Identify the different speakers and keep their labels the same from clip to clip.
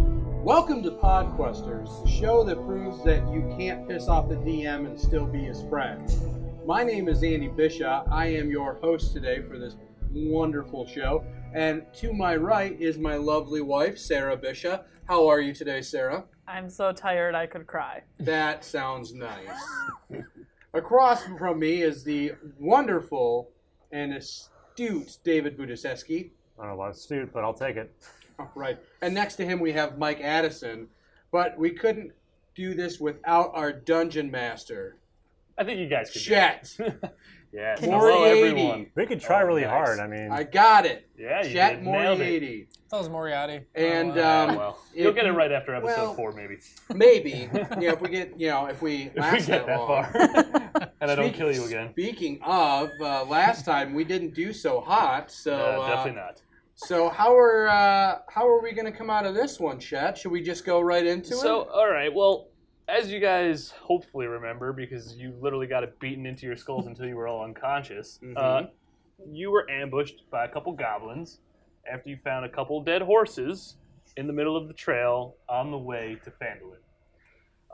Speaker 1: Welcome to Podquesters, the show that proves that you can't piss off the DM and still be his friend. My name is Andy Bisha. I am your host today for this wonderful show. And to my right is my lovely wife, Sarah Bisha. How are you today, Sarah?
Speaker 2: I'm so tired I could cry.
Speaker 1: That sounds nice. Across from me is the wonderful and astute David Budiseski.
Speaker 3: I don't know about astute, but I'll take it.
Speaker 1: All right. And next to him, we have Mike Addison. But we couldn't do this without our dungeon master,
Speaker 4: I think you guys could. do it.
Speaker 1: Chet.
Speaker 4: Yeah.
Speaker 2: Can
Speaker 4: Hello,
Speaker 1: you-
Speaker 4: everyone.
Speaker 3: We could try
Speaker 4: Oh,
Speaker 3: really
Speaker 4: nice.
Speaker 3: hard. I mean,
Speaker 1: I got it.
Speaker 4: Yeah, you
Speaker 1: Chet
Speaker 4: did. Nailed it.
Speaker 1: Moriarty.
Speaker 5: That was Moriarty.
Speaker 1: And,
Speaker 5: Oh,
Speaker 1: um,
Speaker 4: Oh, well,
Speaker 1: if-
Speaker 4: you'll get it right after episode
Speaker 1: well,
Speaker 4: four, maybe.
Speaker 1: Maybe. Yeah, if we get, you know, if we
Speaker 4: If we
Speaker 1: last
Speaker 4: get that
Speaker 1: long.
Speaker 4: far,
Speaker 1: uh,
Speaker 4: and I don't kill you again.
Speaker 1: Speaking of, uh, last time we didn't do so hot, so
Speaker 4: uh,
Speaker 1: uh,
Speaker 4: definitely not.
Speaker 1: so how are uh, how are we gonna come out of this one, Chet? Should we just go right into
Speaker 4: So,
Speaker 1: it?
Speaker 4: all right. Well, as you guys hopefully remember, because you literally got it beaten into your skulls until you were all unconscious, uh,
Speaker 1: Mhm.
Speaker 4: you were ambushed by a couple goblins after you found a couple dead horses in the middle of the trail on the way to Fandolin.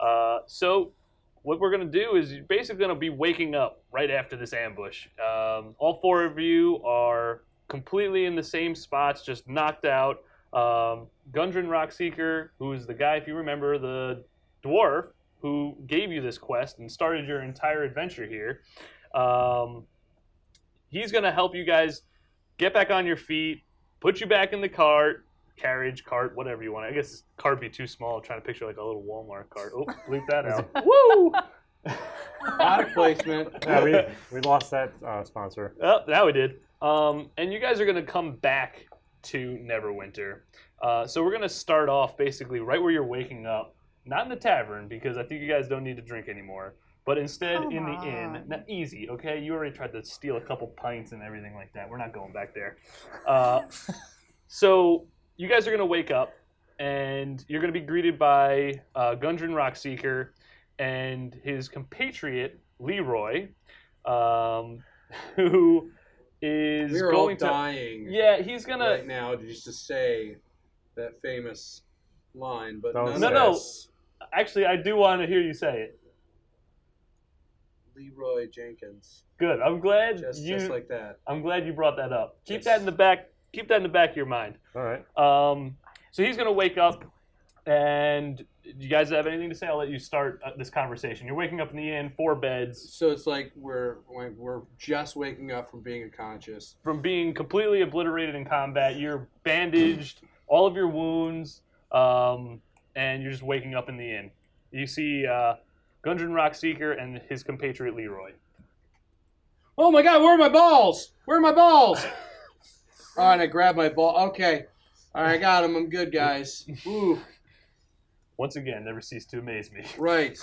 Speaker 4: Uh, so, what we're going to do is you're basically going to be waking up right after this ambush. Um, all four of you are completely in the same spots, just knocked out. Um, Gundren Rockseeker, who is the guy, if you remember, the dwarf who gave you this quest and started your entire adventure here. Um, he's going to help you guys get back on your feet, put you back in the cart, carriage, cart, whatever you want. I guess this cart would be too small. I'm trying to picture like a little Walmart cart. Oh, bleep that out. Woo!
Speaker 1: Product placement.
Speaker 3: yeah, we, we lost that uh, sponsor.
Speaker 4: Oh, now we did. Um, and you guys are going to come back to Neverwinter. Uh, so we're going to start off basically right where you're waking up, not in the tavern because I think you guys don't need to drink anymore, but instead
Speaker 2: Come
Speaker 4: in the
Speaker 2: on.
Speaker 4: inn. Now, easy, okay? You already tried to steal a couple pints and everything like that. We're not going back there. Uh, so you guys are going to wake up and you're going to be greeted by uh, Gundren Rockseeker and his compatriot Leroy, um, who is
Speaker 1: We're all
Speaker 4: going to.
Speaker 1: dying
Speaker 4: Yeah, he's gonna.
Speaker 1: right now just to say that famous line, but
Speaker 3: Don't
Speaker 1: none
Speaker 3: say
Speaker 1: of
Speaker 3: it. No,
Speaker 4: no.
Speaker 1: us-
Speaker 4: Actually, I do want to hear you say it.
Speaker 1: Leroy Jenkins.
Speaker 4: Good. I'm glad
Speaker 1: Just
Speaker 4: you.
Speaker 1: just like that.
Speaker 4: I'm glad you brought that up. Keep
Speaker 1: Yes.
Speaker 4: that in the back. Keep that in the back of your mind.
Speaker 3: All right.
Speaker 4: Um, so he's gonna wake up, and you guys have anything to say? I'll let you start uh, this conversation. You're waking up in the inn, four beds.
Speaker 1: So it's like we're like we're just waking up from being unconscious.
Speaker 4: from being completely obliterated in combat. You're bandaged, all of your wounds, um, and you're just waking up in the inn. You see uh, Gundren Rockseeker and his compatriot Leroy.
Speaker 1: Oh my god, where are my balls? Where are my balls? All right, I grabbed my ball. Okay. All right, I got him. I'm good, guys. Ooh,
Speaker 4: Once again, never cease to amaze me.
Speaker 1: right.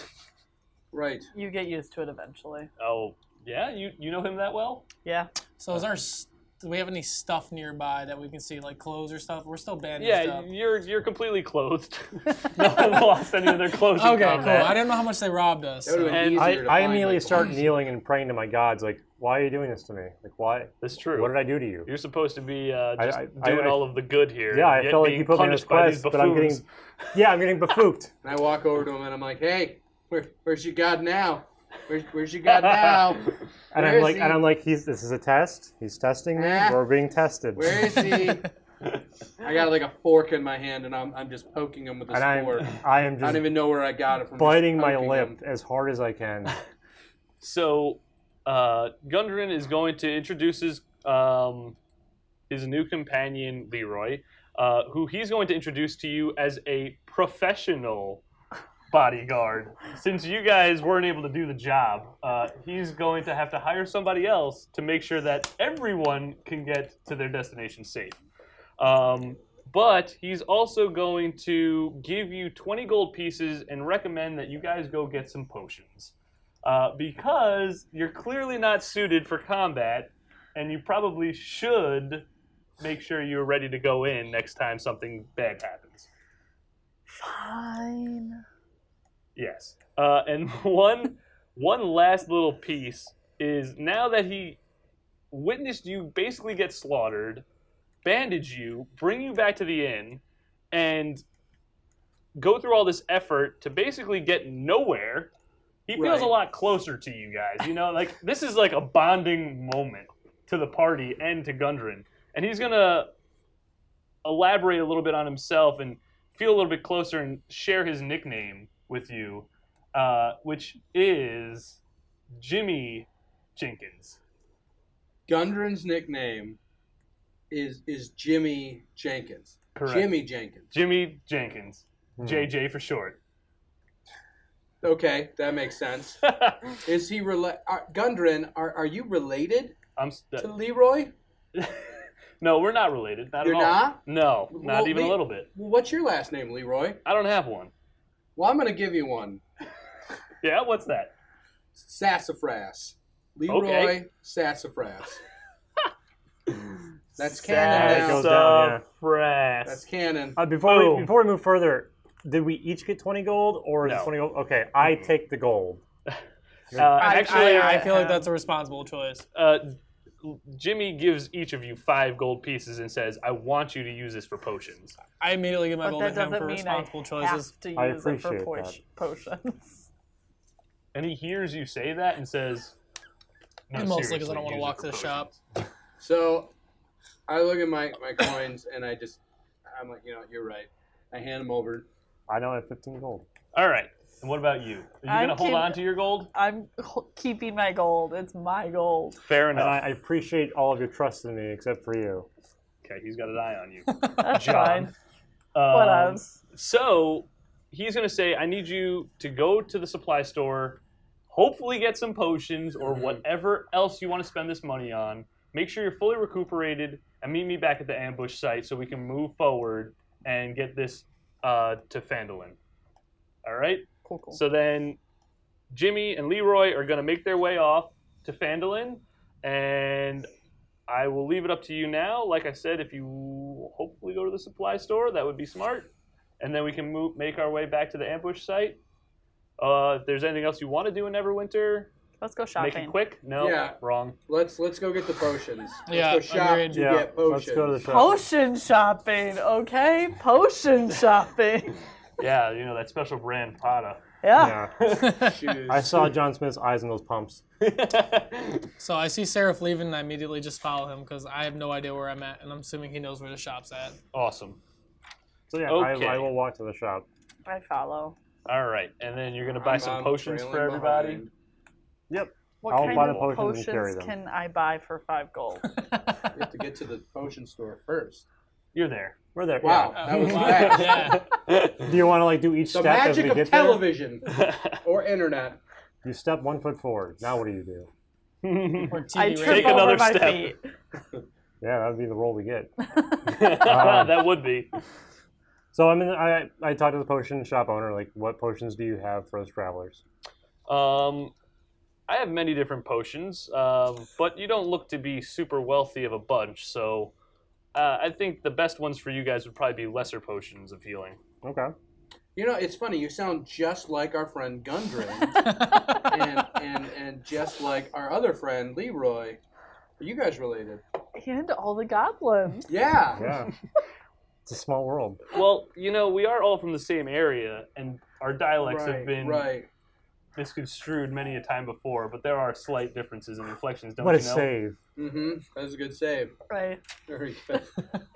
Speaker 1: Right.
Speaker 2: You get used to it eventually.
Speaker 4: Oh, yeah, you, you know him that well?
Speaker 2: Yeah.
Speaker 5: So is our s- do we have any stuff nearby that we can see, like clothes or stuff? We're still bandaged
Speaker 4: Yeah,
Speaker 5: up.
Speaker 4: you're you're completely clothed. no one lost any of their clothes. in
Speaker 5: Okay, cool.
Speaker 4: combat.
Speaker 5: I didn't know how much they robbed us.
Speaker 1: That would've
Speaker 5: so-
Speaker 1: been
Speaker 4: And
Speaker 1: easier
Speaker 3: I,
Speaker 1: to
Speaker 3: I
Speaker 1: find
Speaker 3: immediately
Speaker 1: my
Speaker 3: start
Speaker 1: balls.
Speaker 3: kneeling and praying to my gods, like, why are you doing this to me? Like, why?
Speaker 4: That's true.
Speaker 3: What did I do to you?
Speaker 4: You're supposed to be uh,
Speaker 3: I-
Speaker 4: just
Speaker 3: I- I-
Speaker 4: doing
Speaker 3: I-
Speaker 4: all of the good here.
Speaker 3: Yeah, I
Speaker 4: yet
Speaker 3: felt like
Speaker 4: being
Speaker 3: you put me on this
Speaker 4: punished by these
Speaker 3: quest, but I'm
Speaker 4: buffoons.
Speaker 3: getting, yeah, I'm getting befooked.
Speaker 1: And I walk over to him and I'm like, "Hey, where, where's your god now? Where, where's your god now?
Speaker 3: And
Speaker 1: Where
Speaker 3: I'm
Speaker 1: is
Speaker 3: like, and
Speaker 1: he?
Speaker 3: I'm like, he's this is a test. He's testing me.
Speaker 1: Ah.
Speaker 3: We're being tested.
Speaker 1: Where is he?" I got like a fork in my hand and I'm, I'm just poking him with this
Speaker 3: And I'm,
Speaker 1: fork.
Speaker 3: I am
Speaker 1: I don't
Speaker 3: just
Speaker 1: even know where I got it from. just
Speaker 3: biting my
Speaker 1: poking
Speaker 3: lip
Speaker 1: him.
Speaker 3: as hard as I can.
Speaker 4: So, uh, Gundren is going to introduce his um, his new companion Leroy, uh, who he's going to introduce to you as a professional bodyguard. Since you guys weren't able to do the job, uh, he's going to have to hire somebody else to make sure that everyone can get to their destination safe. Um, but he's also going to give you 20 gold pieces and recommend that you guys go get some potions. Uh, because you're clearly not suited for combat, and you probably should make sure you're ready to go in next time something bad happens.
Speaker 2: Fine.
Speaker 4: Yes. Uh, and one one last little piece is now that he witnessed you basically get slaughtered, bandage you, bring you back to the inn, and go through all this effort to basically get nowhere. He feels a
Speaker 1: Right.
Speaker 4: lot closer to you guys. You know, like this is like a bonding moment to the party and to Gundren. And he's gonna elaborate a little bit on himself and feel a little bit closer and share his nickname with you, uh, which is Jimmy Jenkins.
Speaker 1: Gundren's nickname is is Jimmy Jenkins.
Speaker 4: Correct.
Speaker 1: Jimmy Jenkins.
Speaker 4: Jimmy Jenkins.
Speaker 3: Hmm.
Speaker 4: JJ for short.
Speaker 1: Okay, that makes sense. Is he rela- are, Gundren? Are, are you related
Speaker 4: I'm s-
Speaker 1: to Leroy?
Speaker 4: No, we're not related. Not
Speaker 1: You're
Speaker 4: at all.
Speaker 1: not?
Speaker 4: No, not
Speaker 1: Well,
Speaker 4: even a
Speaker 1: we-
Speaker 4: little bit.
Speaker 1: Well, what's your last name, Leroy?
Speaker 4: I don't have one.
Speaker 1: Well, I'm gonna give you one.
Speaker 4: Yeah, what's that?
Speaker 1: Sassafras. Leroy
Speaker 4: Okay.
Speaker 1: Sassafras. That's
Speaker 3: That
Speaker 1: canon now.
Speaker 3: goes down, yeah.
Speaker 4: Sassafras.
Speaker 1: That's canon.
Speaker 3: Uh, before
Speaker 4: Boom.
Speaker 3: we before we move further, did we each get twenty gold or is it
Speaker 4: No.
Speaker 3: twenty gold? Okay, I take the gold.
Speaker 4: Uh,
Speaker 5: I,
Speaker 4: actually,
Speaker 5: I, I feel like
Speaker 2: um,
Speaker 5: that's a responsible choice.
Speaker 4: uh, Jimmy gives each of you five gold pieces and says, "I want you to use this for potions."
Speaker 5: I immediately give my
Speaker 2: But
Speaker 5: gold
Speaker 2: that
Speaker 5: to him
Speaker 2: doesn't
Speaker 5: for
Speaker 2: mean I
Speaker 5: responsible choices.
Speaker 2: have to
Speaker 3: I
Speaker 2: use it for
Speaker 3: appreciate
Speaker 2: po-
Speaker 3: that.
Speaker 2: potions.
Speaker 4: And he hears you say that and says, no,
Speaker 5: And mostly
Speaker 4: seriously,
Speaker 5: because I don't want to
Speaker 4: use it
Speaker 5: walk
Speaker 4: for
Speaker 5: to the
Speaker 4: potions."
Speaker 5: shop.
Speaker 1: So I look at my, my coins and I just I'm like, you know, you're right. I hand them over.
Speaker 3: I now have fifteen gold.
Speaker 4: All right. And what about you? Are you
Speaker 2: I'm
Speaker 4: gonna hold
Speaker 2: keep-
Speaker 4: on to your gold?
Speaker 2: I'm h- keeping my gold. It's my gold.
Speaker 4: Fair
Speaker 3: And I, I appreciate all of your trust in me except for you.
Speaker 4: Okay, he's got an eye on you.
Speaker 2: That's
Speaker 4: John.
Speaker 2: fine.
Speaker 4: Um,
Speaker 2: What else?
Speaker 4: So he's going to say, I need you to go to the supply store, hopefully get some potions or
Speaker 1: Mhm.
Speaker 4: whatever else you want to spend this money on. Make sure you're fully recuperated and meet me back at the ambush site so we can move forward and get this uh, to Fandolin. All right?
Speaker 2: Cool, cool.
Speaker 4: So then Jimmy and Leroy are going to make their way off to Fandolin, and I will leave it up to you now. Like I said, if you hopefully go to the supply store, that would be smart. And then we can move, make our way back to the ambush site. Uh, if there's anything else you want to do in Neverwinter,
Speaker 2: Let's go
Speaker 4: make it
Speaker 2: shopping.
Speaker 4: quick. No,
Speaker 1: Yeah.
Speaker 4: wrong.
Speaker 1: Let's let's go get the potions. Let's
Speaker 5: Yeah,
Speaker 1: go shop
Speaker 5: agreed.
Speaker 1: to
Speaker 3: yeah,
Speaker 1: get potions.
Speaker 3: let's go to the
Speaker 4: uh,
Speaker 3: shop.
Speaker 2: Potion shopping, okay? Potion shopping.
Speaker 4: Yeah, you know that special brand Prada.
Speaker 2: Yeah.
Speaker 3: Yeah.
Speaker 1: Shoes.
Speaker 3: I saw John Smith's eyes in those pumps.
Speaker 5: So I see Seraph leaving, and I immediately just follow him because I have no idea where I'm at, and I'm assuming he knows where the shop's at.
Speaker 4: awesome.
Speaker 3: So yeah,
Speaker 4: Okay.
Speaker 3: I, I will walk to the shop.
Speaker 2: I follow.
Speaker 4: All right, and then you're gonna buy
Speaker 1: I'm-
Speaker 4: some
Speaker 1: I'm
Speaker 4: potions for
Speaker 1: trailing
Speaker 4: everybody.
Speaker 1: behind.
Speaker 2: What
Speaker 3: I'll
Speaker 2: kind
Speaker 3: buy
Speaker 2: of
Speaker 3: the potions
Speaker 2: potions
Speaker 3: and carry them.
Speaker 2: can I buy for five gold?
Speaker 1: We have to get to the potion store first.
Speaker 4: You're there.
Speaker 3: We're there.
Speaker 1: Wow,
Speaker 5: Yeah.
Speaker 1: that was fast.
Speaker 5: yeah.
Speaker 3: Yeah. Do you want to like do each
Speaker 1: The
Speaker 3: step as
Speaker 1: magic
Speaker 3: we
Speaker 1: of
Speaker 3: get
Speaker 1: television or internet.
Speaker 3: there? You step one foot forward. Now what do you do?
Speaker 5: Or
Speaker 2: I trip
Speaker 5: TV
Speaker 4: Take
Speaker 5: radio.
Speaker 2: over
Speaker 4: another
Speaker 2: my
Speaker 4: step.
Speaker 2: feet.
Speaker 3: Yeah, that would be the roll we get.
Speaker 4: that would be.
Speaker 3: So I'm in. I I talked to the potion shop owner. Like, what potions do you have for us travelers?
Speaker 4: Um, I have many different potions, um, but you don't look to be super wealthy of a bunch, so uh, I think the best ones for you guys would probably be lesser potions of healing.
Speaker 3: Okay.
Speaker 1: You know, it's funny. You sound just like our friend Gundren, and, and and just like our other friend Leroy. Are you guys related?
Speaker 2: And all the goblins.
Speaker 1: Yeah.
Speaker 3: Yeah. it's a small world.
Speaker 4: Well, you know, we are all from the same area, and our dialects
Speaker 1: right,
Speaker 4: have been
Speaker 1: right.
Speaker 4: misconstrued many a time before, but there are slight differences in inflections, don't
Speaker 3: what a
Speaker 4: you know?
Speaker 3: save.
Speaker 1: Mm-hmm. That was a good save.
Speaker 2: Right.
Speaker 1: Very good.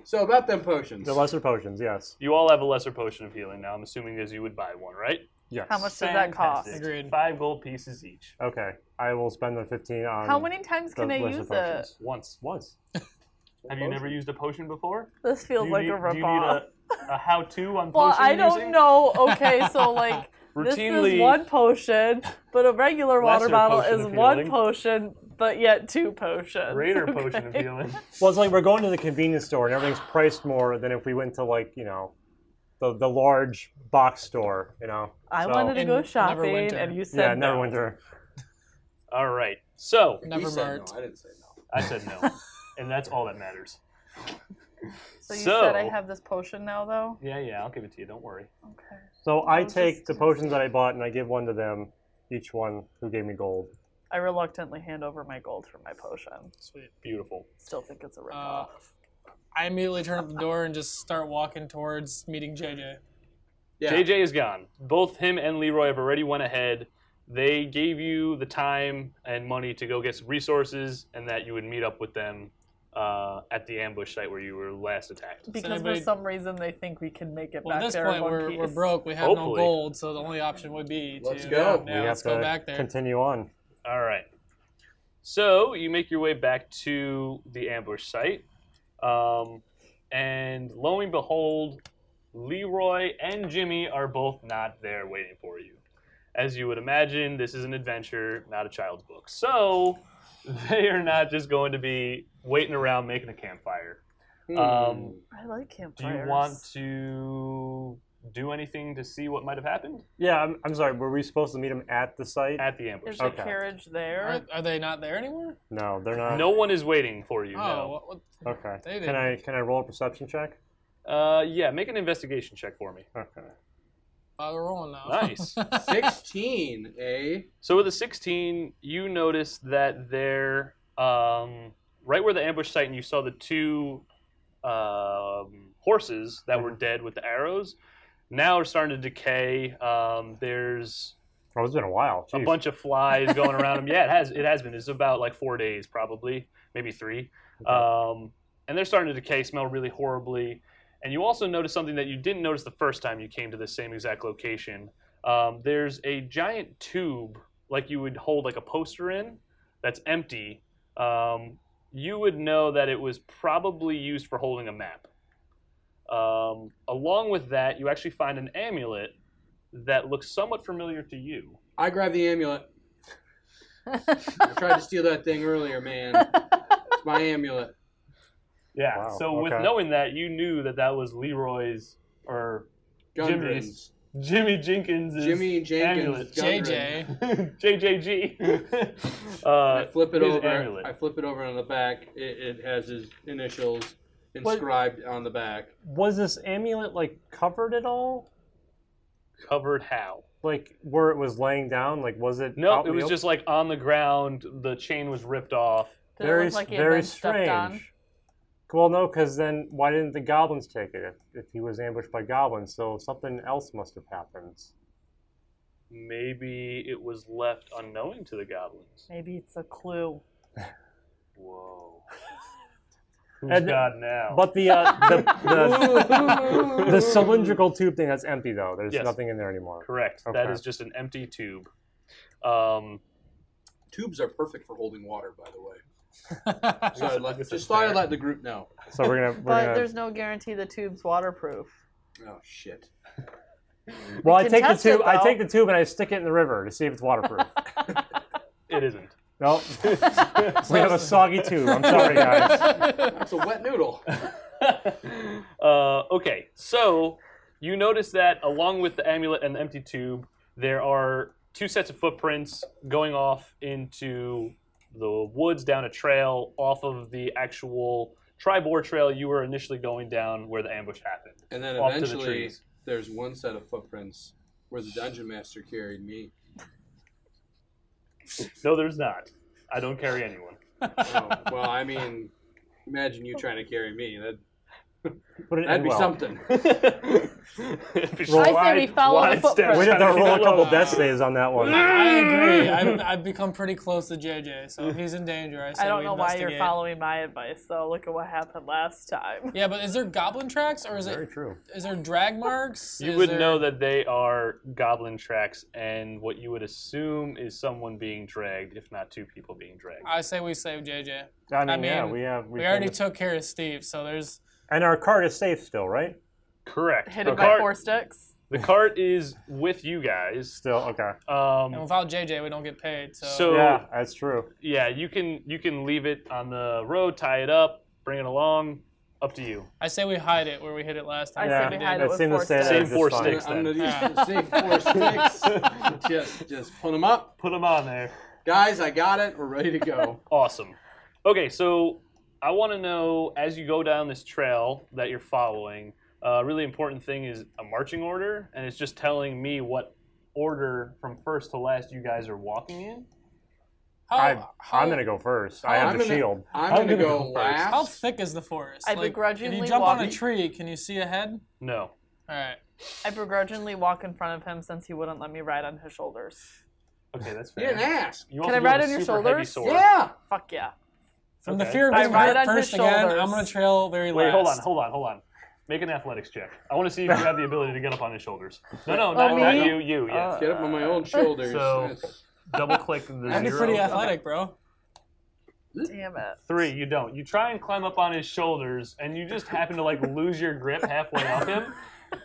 Speaker 1: so about them potions.
Speaker 3: The lesser potions, yes.
Speaker 4: You all have a lesser potion of healing now, I'm assuming as you would buy one, right?
Speaker 3: Yes.
Speaker 2: How much does that cost?
Speaker 4: Fantastic.
Speaker 5: Agreed.
Speaker 4: Five gold pieces each.
Speaker 3: Okay. I will spend the fifteen on.
Speaker 2: How many times
Speaker 3: the
Speaker 2: can I
Speaker 3: lesser
Speaker 2: use it?
Speaker 3: potions.
Speaker 4: Once.
Speaker 3: Once.
Speaker 4: Have you never used a potion before?
Speaker 2: This
Speaker 4: Do
Speaker 2: feels
Speaker 4: you
Speaker 2: like
Speaker 4: need-
Speaker 2: a
Speaker 4: Do you need
Speaker 2: ripoff.
Speaker 4: a, a how-to on
Speaker 2: Well,
Speaker 4: potion
Speaker 2: I don't
Speaker 4: using?
Speaker 2: know. Okay, so like this
Speaker 4: Routinely,
Speaker 2: is one potion, but a regular water
Speaker 4: Lesser
Speaker 2: bottle
Speaker 4: potion
Speaker 2: is
Speaker 4: of
Speaker 2: one
Speaker 4: healing.
Speaker 2: potion, but yet two potions.
Speaker 4: greater
Speaker 2: okay?
Speaker 4: potion of healing.
Speaker 2: Uh,
Speaker 3: Well, it's like we're going to the convenience store and everything's priced more than if we went to like you know, the the large box store. You know.
Speaker 2: I
Speaker 3: So-
Speaker 2: wanted to go
Speaker 5: And
Speaker 2: shopping,
Speaker 5: Neverwinter.
Speaker 2: and you said
Speaker 3: Yeah.
Speaker 2: no.
Speaker 3: Neverwinter.
Speaker 4: All right. So
Speaker 1: He
Speaker 5: Never
Speaker 1: said
Speaker 5: marked.
Speaker 1: no. I didn't say no.
Speaker 4: I said no, and that's all that matters.
Speaker 2: So you
Speaker 4: So-
Speaker 2: said I have this potion now, though.
Speaker 4: Yeah, yeah. I'll give it to you. Don't worry.
Speaker 2: Okay.
Speaker 3: So I
Speaker 2: I'm
Speaker 3: take
Speaker 2: just-
Speaker 3: the potions that I bought and I give one to them, each one who gave me gold.
Speaker 2: I reluctantly hand over my gold for my potion.
Speaker 5: Sweet.
Speaker 4: Beautiful.
Speaker 2: Still think it's a
Speaker 5: Uh,
Speaker 2: ripoff.
Speaker 5: I immediately turn up the door and just start walking towards meeting JJ.
Speaker 1: Yeah.
Speaker 4: JJ is gone. Both him and Leroy have already went ahead. They gave you the time and money to go get some resources, and that you would meet up with them uh, at the ambush site where you were last attacked.
Speaker 2: Because
Speaker 5: anybody-
Speaker 2: for some reason they think we can make it
Speaker 5: Well, at
Speaker 2: back
Speaker 5: this
Speaker 2: there in
Speaker 5: point,
Speaker 2: one
Speaker 5: we're,
Speaker 2: piece.
Speaker 5: we're broke. We have
Speaker 4: Hopefully.
Speaker 5: no gold, so the only option would be to uh,
Speaker 1: Let's go.
Speaker 5: Yeah,
Speaker 3: we
Speaker 5: let's
Speaker 3: have
Speaker 5: go
Speaker 3: to
Speaker 5: back there.
Speaker 3: continue on.
Speaker 4: All right. So you make your way back to the ambush site, um, and lo and behold, Leroy and Jimmy are both not there waiting for you. As you would imagine, this is an adventure, not a child's book. So they are not just going to be waiting around making a campfire.
Speaker 1: Hmm.
Speaker 4: Um,
Speaker 2: I like
Speaker 4: Do
Speaker 2: campfires.
Speaker 4: you want to do anything to see what might have happened
Speaker 3: Yeah, I'm, I'm sorry. Were we supposed to meet him at the site?
Speaker 4: at the ambush?
Speaker 2: There's
Speaker 4: site?
Speaker 2: a
Speaker 3: Okay.
Speaker 2: carriage there.
Speaker 5: Are, are they not there anymore?
Speaker 3: no, they're not.
Speaker 4: No one is waiting for you.
Speaker 5: oh,
Speaker 4: no.
Speaker 5: what, what,
Speaker 3: Okay.
Speaker 5: They
Speaker 3: Can
Speaker 5: didn't.
Speaker 3: I can I roll a perception check?
Speaker 4: Uh, yeah, make an investigation check for me.
Speaker 3: Okay.
Speaker 5: oh, they're rolling now.
Speaker 4: Nice.
Speaker 1: Sixteen, eh?
Speaker 4: so with a 16, you notice that there, um, right where the ambush site, and you saw the two um, horses that were dead with the arrows, now are starting to decay. Um, there's
Speaker 3: Oh, it's been a while.
Speaker 4: a
Speaker 3: Jeez.
Speaker 4: bunch of flies going around them. Yeah, it has. It has been. It's about like four days, probably, maybe three. Um, and they're starting to decay, smell really horribly. And you also notice something that you didn't notice the first time you came to the same exact location. Um, there's a giant tube, like you would hold like a poster in, that's empty. Um, you would know that it was probably used for holding a map. Um, along with that, you actually find an amulet that looks somewhat familiar to you.
Speaker 1: I grabbed the amulet. I tried to steal that thing earlier, man. It's my amulet.
Speaker 4: Yeah.
Speaker 3: Wow,
Speaker 4: So with
Speaker 3: okay.
Speaker 4: knowing that, you knew that that was Leroy's or
Speaker 1: Gundrins.
Speaker 4: Jimmy Jenkins's
Speaker 1: Jimmy Jenkins.
Speaker 4: amulet.
Speaker 1: Gundren.
Speaker 5: JJ.
Speaker 4: JJG.
Speaker 1: I
Speaker 4: uh,
Speaker 1: flip it
Speaker 4: his
Speaker 1: over.
Speaker 4: amulet.
Speaker 1: I flip it over on the back. It, it has his initials inscribed on the back.
Speaker 3: Was this amulet like covered at all?
Speaker 4: covered how?
Speaker 3: Like where it was laying down? Like was it?
Speaker 4: No,
Speaker 3: out
Speaker 4: it
Speaker 3: in
Speaker 4: was
Speaker 3: the
Speaker 4: just like on the ground. The chain was ripped off.
Speaker 2: Did it
Speaker 3: very
Speaker 2: look like he had
Speaker 3: very
Speaker 2: been stepped on?
Speaker 3: strange. Well, no, because then why didn't the goblins take it if, if he was ambushed by goblins? So something else must have happened.
Speaker 4: Maybe it was left unknowing to the goblins.
Speaker 2: Maybe it's a clue.
Speaker 4: Whoa. Who's
Speaker 3: And-
Speaker 4: God now?
Speaker 3: But the uh, the, the the cylindrical tube thing that's empty though. There's
Speaker 4: Yes.
Speaker 3: nothing in there anymore.
Speaker 4: correct. That
Speaker 3: Okay.
Speaker 4: is just an empty tube. Um,
Speaker 1: Tubes are perfect for holding water, by the way. So
Speaker 4: Yes,
Speaker 1: I'd like,
Speaker 4: yes,
Speaker 1: just
Speaker 4: that's
Speaker 1: thought I'd
Speaker 4: fair.
Speaker 1: let the group know.
Speaker 3: So we're gonna we're
Speaker 2: But
Speaker 3: gonna.
Speaker 2: there's no guarantee the tube's waterproof.
Speaker 1: Oh shit!
Speaker 3: Well, I
Speaker 2: can
Speaker 3: take the
Speaker 2: test it,
Speaker 3: tube. I
Speaker 2: though.
Speaker 3: take the tube and I stick it in the river to see if it's waterproof.
Speaker 4: it isn't.
Speaker 3: nope. we have a soggy tube. I'm sorry, guys.
Speaker 1: That's a wet noodle.
Speaker 4: uh, okay, so you notice that along with the amulet and the empty tube, there are two sets of footprints going off into the woods down a trail off of the actual tribor trail you were initially going down where the ambush happened.
Speaker 1: And then
Speaker 4: Off to the
Speaker 1: eventually,
Speaker 4: trees.
Speaker 1: there's one set of footprints where the dungeon master carried me.
Speaker 4: No, there's not. I don't carry anyone.
Speaker 1: Oh, well, I mean, imagine you trying to carry me. That,
Speaker 3: Put it
Speaker 1: that'd
Speaker 3: in
Speaker 1: be
Speaker 3: well.
Speaker 1: something.
Speaker 2: I say we follow the footprints.
Speaker 3: We did to roll a couple
Speaker 5: Wow.
Speaker 3: death saves on that one.
Speaker 5: I agree. I've, I've become pretty close to JJ, so if he's in danger, I say
Speaker 2: I don't
Speaker 5: we
Speaker 2: know why you're
Speaker 5: investigate.
Speaker 2: following my advice, though. Look at what happened last time.
Speaker 5: Yeah, but is there goblin tracks or is
Speaker 3: Very
Speaker 5: it
Speaker 3: true.
Speaker 5: is there drag marks?
Speaker 4: You
Speaker 5: Is
Speaker 4: would
Speaker 5: there-
Speaker 4: know that they are goblin tracks, and what you would assume is someone being dragged, if not two people being dragged.
Speaker 2: Uh,
Speaker 5: I say we save JJ.
Speaker 3: I mean,
Speaker 5: I
Speaker 3: yeah,
Speaker 5: mean,
Speaker 3: we have. We,
Speaker 5: We already
Speaker 3: can-
Speaker 5: took care of Steve, so there's
Speaker 3: and our card is safe still, right?
Speaker 4: Correct.
Speaker 2: Hit
Speaker 4: the,
Speaker 2: him by
Speaker 4: cart,
Speaker 2: four sticks.
Speaker 4: the cart is with you guys.
Speaker 3: Still okay.
Speaker 5: and
Speaker 2: Oh.
Speaker 4: Um,
Speaker 5: without JJ, we don't get paid. So,
Speaker 4: So-
Speaker 3: yeah, that's true.
Speaker 4: yeah, you can you can leave it on the road, tie it up, bring it along. Up to you.
Speaker 5: I say we hide it where we hid it last
Speaker 2: I
Speaker 5: time.
Speaker 2: say
Speaker 3: yeah,
Speaker 2: we hide
Speaker 3: that
Speaker 2: it with
Speaker 3: seemed to
Speaker 2: four
Speaker 3: say that
Speaker 2: sticks.
Speaker 3: is
Speaker 4: Same four
Speaker 3: fine.
Speaker 4: sticks.
Speaker 1: I'm
Speaker 4: then.
Speaker 1: gonna use the same four sticks. just, just put them up,
Speaker 4: Put them on there.
Speaker 1: guys. I got it. We're ready to go.
Speaker 4: Awesome. Okay, so I want to know as you go down this trail that you're following. A really important thing is a marching order, and it's just telling me what order from first to last you guys are walking in.
Speaker 5: How,
Speaker 3: I,
Speaker 5: how,
Speaker 3: I'm gonna go first. I
Speaker 1: I'm
Speaker 3: have the
Speaker 1: gonna-
Speaker 3: shield.
Speaker 1: I'm, gonna, go,
Speaker 5: how
Speaker 1: last.
Speaker 5: thick is the forest?
Speaker 2: I
Speaker 5: Like,
Speaker 2: begrudgingly
Speaker 5: If you jump on a
Speaker 2: walk-
Speaker 5: tree, can you see ahead?
Speaker 4: No,
Speaker 5: All right.
Speaker 2: I begrudgingly walk in front of him since he wouldn't let me ride on his shoulders.
Speaker 4: Okay, that's
Speaker 1: You didn't
Speaker 4: fair.
Speaker 1: ask.
Speaker 2: Can
Speaker 4: You
Speaker 2: I
Speaker 4: also do have
Speaker 2: ride
Speaker 4: a
Speaker 2: on your
Speaker 4: super heavy
Speaker 2: shoulders?
Speaker 4: sword.
Speaker 1: Yeah.
Speaker 2: Fuck yeah.
Speaker 5: From the
Speaker 4: Okay.
Speaker 5: fear of
Speaker 2: I
Speaker 5: being
Speaker 2: ride
Speaker 5: hurt
Speaker 2: on his
Speaker 5: first again,
Speaker 2: shoulders.
Speaker 5: I'm gonna trail very last.
Speaker 4: Wait, hold on, hold on, hold on. Make an athletics check. I want to see if you have the ability to get up on his shoulders. No, no, not,
Speaker 2: Oh,
Speaker 4: not
Speaker 2: me?
Speaker 4: you. You, yes.
Speaker 1: Get up on my own shoulders.
Speaker 4: So-
Speaker 1: That's-
Speaker 4: Double click the
Speaker 5: That'd be
Speaker 4: zero.
Speaker 5: pretty athletic, bro.
Speaker 2: Damn it.
Speaker 4: Three, you don't. You try and climb up on his shoulders, and you just happen to like lose your grip halfway up him,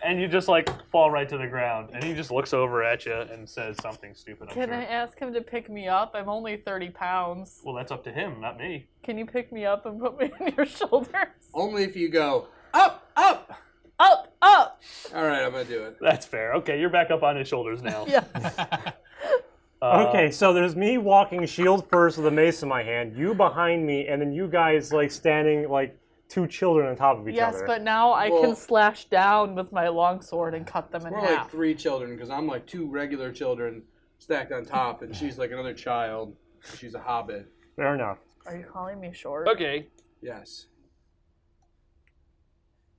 Speaker 4: and you just like fall right to the ground. And he just looks over at you and says something stupid. I'm
Speaker 2: Can
Speaker 4: sure.
Speaker 2: I ask him to pick me up? I'm only 30 pounds.
Speaker 4: Well, that's up to him, not me.
Speaker 2: Can you pick me up and put me on your shoulders?
Speaker 1: Only if you go up, up.
Speaker 2: Up, up!
Speaker 1: All right, I'm gonna do it.
Speaker 4: That's fair. Okay, you're back up on his shoulders now.
Speaker 2: Yeah.
Speaker 4: Uh,
Speaker 3: okay, so there's me walking shield first with a mace in my hand, you behind me, and then you guys like standing like two children on top of each
Speaker 2: Yes,
Speaker 3: other.
Speaker 2: but now I
Speaker 1: Well-
Speaker 2: can slash down with my longsword and cut them in
Speaker 1: We're like
Speaker 2: half.
Speaker 1: three children because I'm like two regular children stacked on top, and she's like another child. She's a hobbit.
Speaker 3: fair enough.
Speaker 2: Are you calling me short?
Speaker 4: Okay.
Speaker 1: Yes.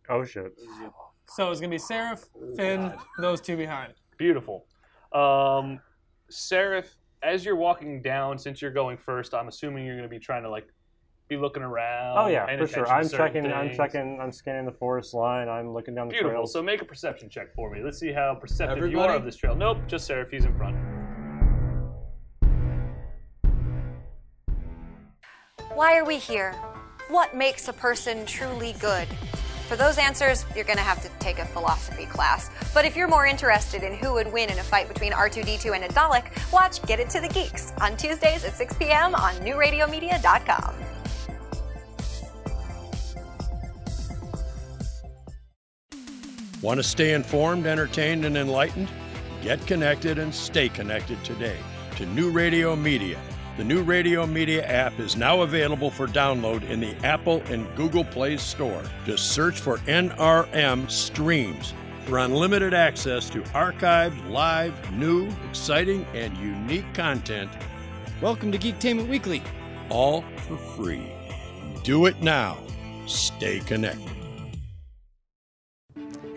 Speaker 3: Oh shit.
Speaker 4: Um,
Speaker 5: So it's gonna be Seraph, Finn, those two behind.
Speaker 4: Beautiful. Um, Seraph, as you're walking down, since you're going first, I'm assuming you're going to be trying to like be looking around.
Speaker 3: Oh yeah,
Speaker 4: paying
Speaker 3: for sure.
Speaker 4: attention to
Speaker 3: I'm
Speaker 4: certain
Speaker 3: checking. I'm
Speaker 4: things.
Speaker 3: checking. I'm scanning the forest line. I'm looking down the
Speaker 4: Beautiful.
Speaker 3: trails.
Speaker 4: So make a perception check for me. Let's see how perceptive you
Speaker 1: Everybody?
Speaker 4: are of this trail. Nope, just Seraph. He's in front.
Speaker 6: Why are we here? What makes a person truly good? For those answers, you're going to have to take a philosophy class. But if you're more interested in who would win in a fight between R2D2 and a Dalek, watch Get It to the Geeks on Tuesdays at 6 p.m. on newradiomedia.com.
Speaker 7: Want to stay informed, entertained, and enlightened? Get connected and stay connected today to New Radio Media. The New Radio Media app is now available for download in the Apple and Google Play Store. Just search for NRM Streams for unlimited access to archived, live, new, exciting, and unique content,
Speaker 8: Welcome to Geektainment Weekly.
Speaker 7: all for free. Do it now. Stay connected.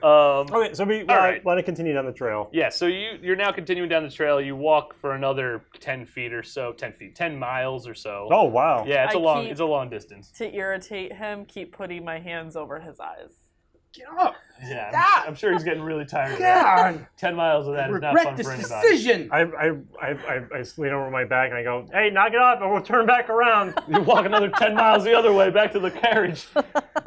Speaker 3: okay, so we
Speaker 4: right.
Speaker 3: want to continue down the trail.
Speaker 4: yeah. So you you're now continuing down the trail. You walk for another ten feet or so, ten feet, ten miles or so.
Speaker 3: Oh wow.
Speaker 4: Yeah, it's a
Speaker 2: I
Speaker 4: long
Speaker 2: keep-
Speaker 4: it's a long distance.
Speaker 2: To irritate him, keep putting my hands over his eyes.
Speaker 1: Get up.
Speaker 4: Yeah, I'm, I'm sure he's getting really tired. of that.
Speaker 1: God.
Speaker 4: Ten miles of that is not fun
Speaker 1: Regret
Speaker 4: for
Speaker 1: this
Speaker 4: anybody.
Speaker 1: decision.
Speaker 3: I, I, I, I, I lean over my back and I go, "Hey, knock it off, and we'll turn back around."
Speaker 4: You walk another ten miles the other way back to the carriage.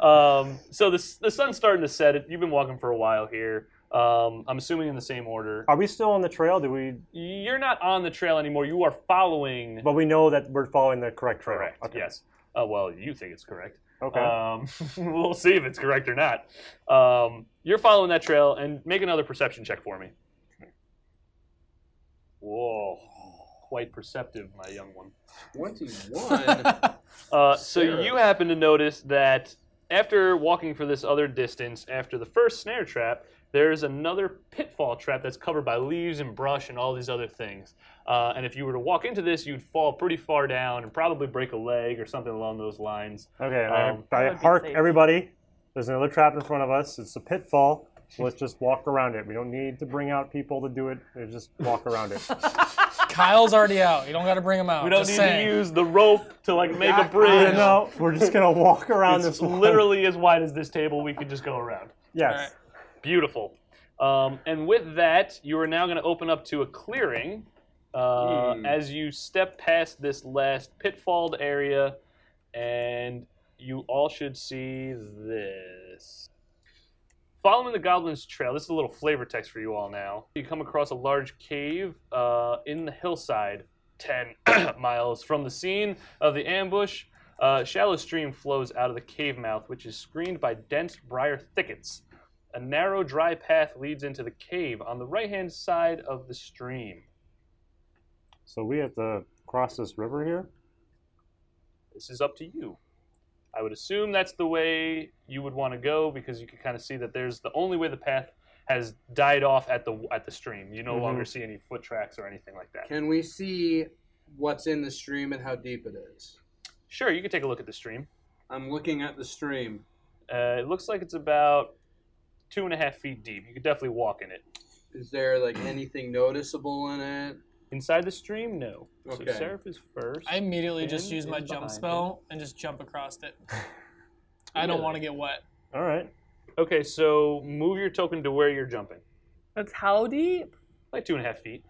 Speaker 4: Um, so the s- the sun's starting to set. It, you've been walking for a while here. Um, I'm assuming in the same order.
Speaker 3: Are we still on the trail? Do we?
Speaker 4: You're not on the trail anymore. You are following
Speaker 3: But we know that we're following the correct trail.
Speaker 4: Correct.
Speaker 3: Okay.
Speaker 4: Yes. Uh, well, you think it's correct.
Speaker 3: Okay.
Speaker 4: Um, we'll see if it's correct or not. Um, you're following that trail and make another perception check for me. Whoa, quite perceptive, my young one.
Speaker 1: 21.
Speaker 4: Uh, so
Speaker 1: Sarah.
Speaker 4: you happen to notice that after walking for this other distance, after the first snare trap, there is another pitfall trap that's covered by leaves and brush and all these other things. Uh, and if you were to walk into this, you'd fall pretty far down and probably break a leg or something along those lines.
Speaker 3: okay. and
Speaker 4: um,
Speaker 3: I, I
Speaker 2: would be
Speaker 3: hark
Speaker 2: safe.
Speaker 3: everybody. There's another trap in front of us. It's a pitfall. So let's just walk around it. We don't need to bring out people to do it. We just walk around it.
Speaker 5: Kyle's already out. You don't got to bring him out.
Speaker 4: We don't
Speaker 5: just
Speaker 4: need
Speaker 5: saying.
Speaker 4: to use the rope to like make
Speaker 3: Oh,
Speaker 4: a
Speaker 3: I
Speaker 4: bridge.
Speaker 3: know. We're just gonna walk around
Speaker 4: It's
Speaker 3: this. one.
Speaker 4: literally as wide as this table. We could just go around.
Speaker 3: Yes.
Speaker 5: All right.
Speaker 4: Beautiful. Um, and with that, you are now going to open up to a clearing. Uh, As you step past this last pitfalled area, and you all should see this. Following the Goblin's Trail, this is a little flavor text for you all now. You come across a large cave uh, in the hillside, 10 miles from the scene of the ambush. A shallow stream flows out of the cave mouth, which is screened by dense briar thickets. A narrow, dry path leads into the cave on the right hand side of the stream.
Speaker 3: So we have to cross this river here.
Speaker 4: This is up to you. I would assume that's the way you would want to go because you can kind of see that there's the only way the path has died off at the at the stream. You no
Speaker 3: Mhm.
Speaker 4: longer see any foot tracks or anything like that.
Speaker 1: Can we see what's in the stream and how deep it is?
Speaker 4: Sure, you can take a look at the stream.
Speaker 1: I'm looking at the stream.
Speaker 4: Uh, it looks like it's about two and a half feet deep. You could definitely walk in it.
Speaker 1: Is there like anything noticeable in it?
Speaker 4: Inside the stream, no.
Speaker 1: Okay.
Speaker 4: So Seraph is first.
Speaker 5: I immediately just
Speaker 4: Finn
Speaker 5: use my
Speaker 4: is
Speaker 5: jump
Speaker 4: behind
Speaker 5: spell and just jump across it. I don't
Speaker 4: Really?
Speaker 5: want to get wet.
Speaker 3: All right.
Speaker 4: Okay, so move your token to where you're jumping,
Speaker 2: That's how deep?
Speaker 4: like two and a half feet.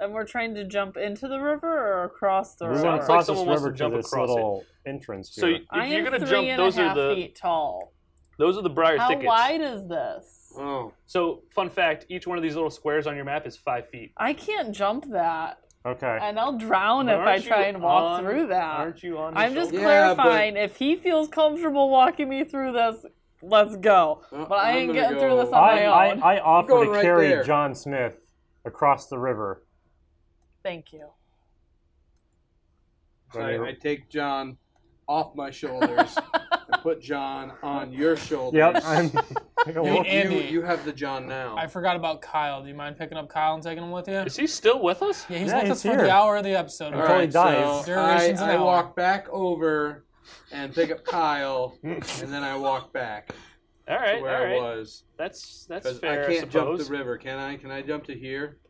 Speaker 2: And we're trying to jump into the river or across the
Speaker 3: We
Speaker 2: river.
Speaker 3: want to cross this
Speaker 4: someone wants
Speaker 3: river
Speaker 4: to
Speaker 3: to
Speaker 4: jump
Speaker 3: this
Speaker 4: across it.
Speaker 3: little entrance
Speaker 4: So
Speaker 3: here.
Speaker 4: you-
Speaker 2: I
Speaker 4: If you're
Speaker 2: am
Speaker 4: gonna
Speaker 2: three
Speaker 4: jump,
Speaker 2: and a
Speaker 4: those are
Speaker 2: half
Speaker 4: the-
Speaker 2: feet tall.
Speaker 4: Those are the briar
Speaker 2: How
Speaker 4: thickets.
Speaker 2: wide is this?
Speaker 1: Oh.
Speaker 4: So, fun fact: each one of these little squares on your map is five feet.
Speaker 2: I can't jump that,
Speaker 3: Okay.
Speaker 2: and I'll drown if
Speaker 4: Aren't
Speaker 2: I
Speaker 4: you
Speaker 2: try and walk
Speaker 4: on-
Speaker 2: through that.
Speaker 4: aren't you on his
Speaker 2: I'm just
Speaker 4: shoulder? Yeah, but-
Speaker 2: clarifying. If he feels comfortable walking me through this, let's go. but I ain't getting through this on
Speaker 3: I,
Speaker 2: my
Speaker 3: I,
Speaker 2: own.
Speaker 3: I offer
Speaker 2: going
Speaker 3: to
Speaker 2: right
Speaker 3: carry
Speaker 2: there.
Speaker 3: John Smith across the river.
Speaker 2: Thank you.
Speaker 1: So I, I take John off my shoulders and put John on your shoulders.
Speaker 3: Yep, I'm-
Speaker 1: you,
Speaker 5: Hey, Andy.
Speaker 1: you, you have the John now.
Speaker 5: I forgot about Kyle. Do you mind picking up Kyle and taking him with you?
Speaker 4: Is he still with us?
Speaker 5: Yeah, he's
Speaker 1: Yeah,
Speaker 5: with
Speaker 1: he's
Speaker 5: us for
Speaker 1: here.
Speaker 5: the hour of the episode.
Speaker 1: All right, So I,
Speaker 5: Duration's an
Speaker 1: I
Speaker 5: hour.
Speaker 1: walk back over and pick up Kyle, and then I walk back.
Speaker 4: All right,
Speaker 1: to where
Speaker 4: all right.
Speaker 1: I was.
Speaker 4: That's that's
Speaker 1: 'Cause
Speaker 4: fair.
Speaker 1: I
Speaker 4: I
Speaker 1: can't jump the
Speaker 4: suppose.
Speaker 1: river, can I? Can I jump to here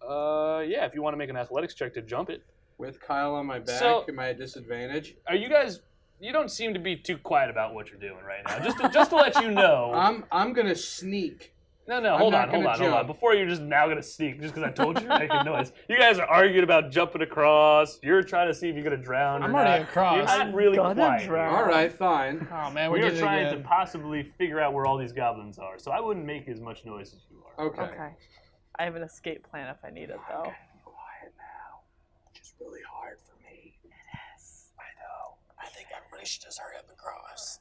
Speaker 4: Uh, yeah. If you want to make an athletics check to jump it,
Speaker 1: with Kyle on my back?
Speaker 4: So-
Speaker 1: Am I at disadvantage?
Speaker 4: are you guys? You don't seem to be too quiet about what you're doing right now. Just to, just to let you know.
Speaker 1: I'm I'm gonna sneak.
Speaker 4: No, no,
Speaker 1: I'm
Speaker 4: hold
Speaker 1: not
Speaker 4: on, hold
Speaker 1: gonna
Speaker 4: on, hold on.
Speaker 1: jump.
Speaker 4: Before you're just now gonna sneak, just because I told you you're making noise. You guys are arguing about jumping across. You're trying to see if you're gonna drown. or
Speaker 5: I'm already
Speaker 4: not.
Speaker 5: across.
Speaker 4: You're not
Speaker 5: I'm
Speaker 4: really
Speaker 5: gonna
Speaker 4: quiet.
Speaker 5: drown. All right,
Speaker 1: fine.
Speaker 5: Oh man, we're
Speaker 4: we are
Speaker 5: getting
Speaker 4: trying
Speaker 5: good.
Speaker 4: to possibly figure out where all these goblins are, so I wouldn't make as much noise as you are.
Speaker 1: Okay.
Speaker 2: Okay. I have an escape plan if I need it, though.
Speaker 9: It's really hard for me. It is. I know. I think I really should just hurry up and cross.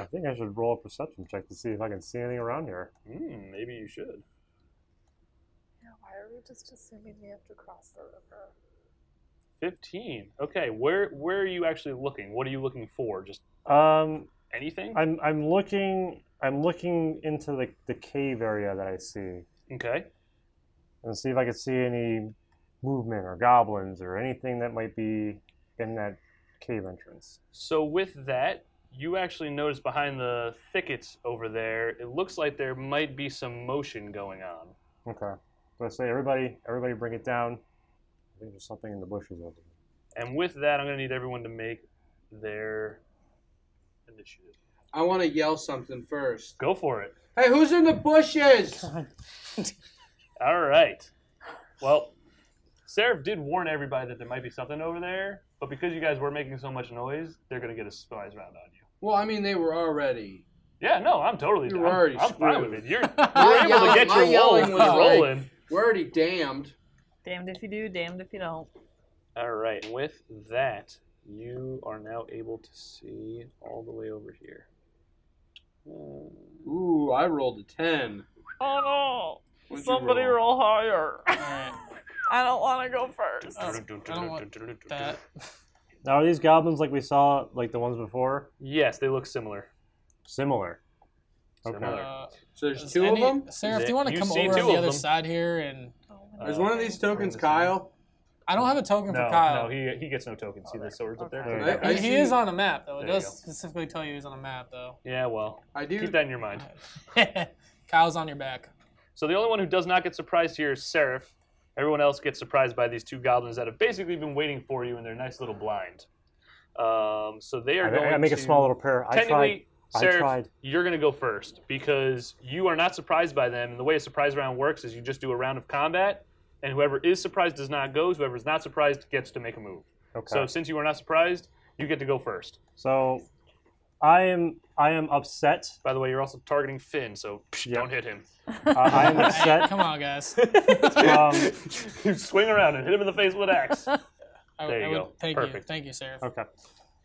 Speaker 3: I think I should roll a perception check to see if I can see anything around here.
Speaker 4: Hmm, maybe you should.
Speaker 2: Yeah, why are we just assuming we have to cross the river?
Speaker 4: Fifteen. Okay, where where are you actually looking? What are you looking for? Just
Speaker 3: Um,
Speaker 4: anything?
Speaker 3: I'm I'm looking I'm looking into the, the cave area that I see
Speaker 4: Okay.
Speaker 3: and see if I can see any movement or goblins or anything that might be in that cave entrance.
Speaker 4: So with that, you actually notice behind the thickets over there, it looks like there might be some motion going on.
Speaker 3: Okay. So I say everybody everybody bring it down. I think there's something in the bushes over there.
Speaker 4: And with that, I'm going to need everyone to make their initiative.
Speaker 1: I want to yell something first.
Speaker 4: Go for it.
Speaker 1: Hey, who's in the bushes?
Speaker 4: All right. Well, Seraph did warn everybody that there might be something over there, but because you guys were making so much noise, they're going to get a surprise round on you.
Speaker 1: Well, I mean, they were already.
Speaker 4: Yeah, no, I'm totally.
Speaker 1: You
Speaker 4: down.
Speaker 1: were already
Speaker 4: I'm fine
Speaker 1: screwed.
Speaker 4: with it. You're,
Speaker 1: My
Speaker 4: you're able to
Speaker 1: yelling-
Speaker 4: get
Speaker 1: my
Speaker 4: your
Speaker 1: yelling
Speaker 4: roll
Speaker 1: was like-
Speaker 4: rolling.
Speaker 1: We're already damned.
Speaker 2: Damned if you do, damned if you don't.
Speaker 4: All right. With that, you are now able to see all the way over here.
Speaker 1: Ooh, I rolled a ten.
Speaker 2: Oh no!
Speaker 1: What'd you
Speaker 2: Somebody roll?
Speaker 1: roll?
Speaker 2: higher. I don't want to go first.
Speaker 3: Now are these goblins like we saw like the ones before?
Speaker 4: Yes, they look similar.
Speaker 3: Similar. Okay.
Speaker 4: Similar.
Speaker 1: so
Speaker 5: Uh, Is
Speaker 1: there's two
Speaker 5: any-
Speaker 1: of them.
Speaker 5: Sarah, if you want to come over on the other side here, and
Speaker 1: Is
Speaker 2: Uh,
Speaker 1: one of these tokens Kyle?
Speaker 5: I don't have a token
Speaker 4: No,
Speaker 5: for Kyle.
Speaker 4: no, he, he gets no tokens. see the swords up there?
Speaker 1: Okay. I- I
Speaker 5: he he
Speaker 1: see-
Speaker 5: is on a map though. It
Speaker 4: There you go.
Speaker 5: does specifically tell you he's on a map though.
Speaker 4: Yeah, well,
Speaker 1: I do
Speaker 4: keep that in your mind.
Speaker 5: Kyle's on your back.
Speaker 4: So the only one who does not get surprised here is Seraph. Everyone else gets surprised by these two goblins that have basically been waiting for you in their nice little blind. Um, so they are
Speaker 3: I- I
Speaker 4: going
Speaker 3: make a
Speaker 4: to-
Speaker 3: small little prayer. I
Speaker 4: Technically,
Speaker 3: tried. I
Speaker 4: Seraph,
Speaker 3: tried.
Speaker 4: you're going to go first because you are not surprised by them. And the way a surprise round works is you just do a round of combat, and whoever is surprised does not go. Whoever's not surprised gets to make a move.
Speaker 3: Okay.
Speaker 4: So since you are not surprised, you get to go first.
Speaker 3: So I am I am upset.
Speaker 4: By the way, you're also targeting Finn, so psh, don't hit him.
Speaker 3: Uh, I am
Speaker 5: Hey,
Speaker 3: upset.
Speaker 5: come on, guys.
Speaker 3: Um,
Speaker 4: you swing around and hit him in the face with an axe.
Speaker 5: I,
Speaker 4: There
Speaker 5: I
Speaker 4: you
Speaker 5: would,
Speaker 4: go.
Speaker 5: Thank you.
Speaker 4: Perfect.
Speaker 5: Thank you, Sarah.
Speaker 3: okay.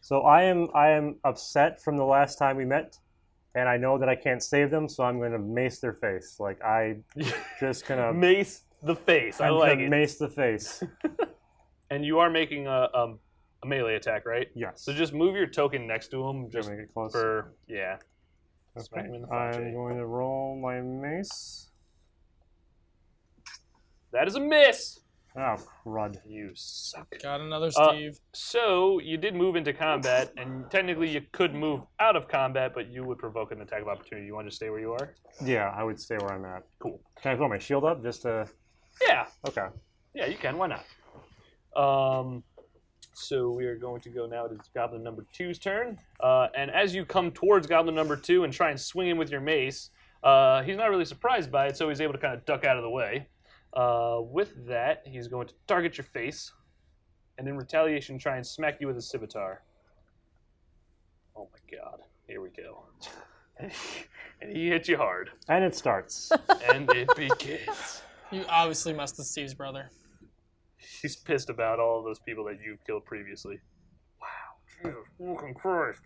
Speaker 3: So I am I am upset from the last time we met, and I know that I can't save them, so I'm going to mace their face. Like I just gonna
Speaker 4: mace the face. I
Speaker 3: I'm
Speaker 4: like
Speaker 3: gonna
Speaker 4: it.
Speaker 3: mace the face.
Speaker 4: And you are making a, um, a melee attack, right?
Speaker 3: Yes.
Speaker 4: So just move your token next to him, just
Speaker 3: make it close.
Speaker 4: for yeah. Smack him in the
Speaker 3: Okay.
Speaker 4: face.
Speaker 3: I'm going to roll my mace.
Speaker 4: That is a miss.
Speaker 3: Oh crud!
Speaker 4: You suck.
Speaker 5: Got another
Speaker 4: Uh,
Speaker 5: Steve.
Speaker 4: so you did move into combat, and technically you could move out of combat, but you would provoke an attack of opportunity. You want to stay where you are?
Speaker 3: Yeah, I would stay where I'm at.
Speaker 4: Cool.
Speaker 3: Can I throw my shield up just to?
Speaker 4: Yeah.
Speaker 3: Okay.
Speaker 4: Yeah, you can. Why not? Um, so we are going to go now to Goblin number two's turn. Uh, and as you come towards Goblin number two and try and swing him with your mace, uh, he's not really surprised by it, so he's able to kind of duck out of the way. Uh, with that, he's going to target your face, and in retaliation, try and smack you with his scimitar. Oh my god. Here we go. and he hit you hard.
Speaker 3: And it starts.
Speaker 4: and it begins.
Speaker 5: You obviously must have Steve's brother.
Speaker 4: He's pissed about all of those people that you've killed previously. Wow. Jesus fucking Christ.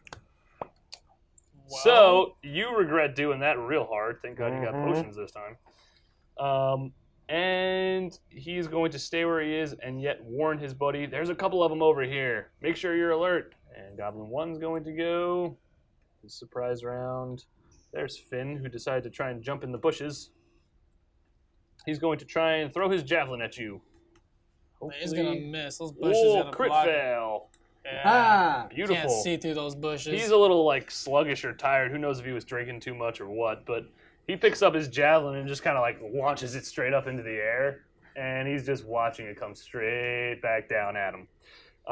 Speaker 4: So, you regret doing that real hard. Thank God you got
Speaker 10: Mhm.
Speaker 4: potions this time. Um, and he's going to stay where he is and yet warn his buddy there's a couple of them over here. Make sure you're alert. And Goblin 1's going to go. His surprise round. There's Finn, who decided to try and jump in the bushes. He's going to try and throw his javelin at you.
Speaker 5: Man, he's gonna
Speaker 4: Hopefully-
Speaker 5: miss. Those bushes
Speaker 4: Oh,
Speaker 5: gotta
Speaker 4: crit
Speaker 5: block it.
Speaker 4: fail. Yeah.
Speaker 5: Ah.
Speaker 4: Beautiful.
Speaker 5: Can't see through those bushes.
Speaker 4: He's a little like sluggish or tired. Who knows if he was drinking too much or what? But he picks up his javelin and just kind of like launches it straight up into the air, and he's just watching it come straight back down at him.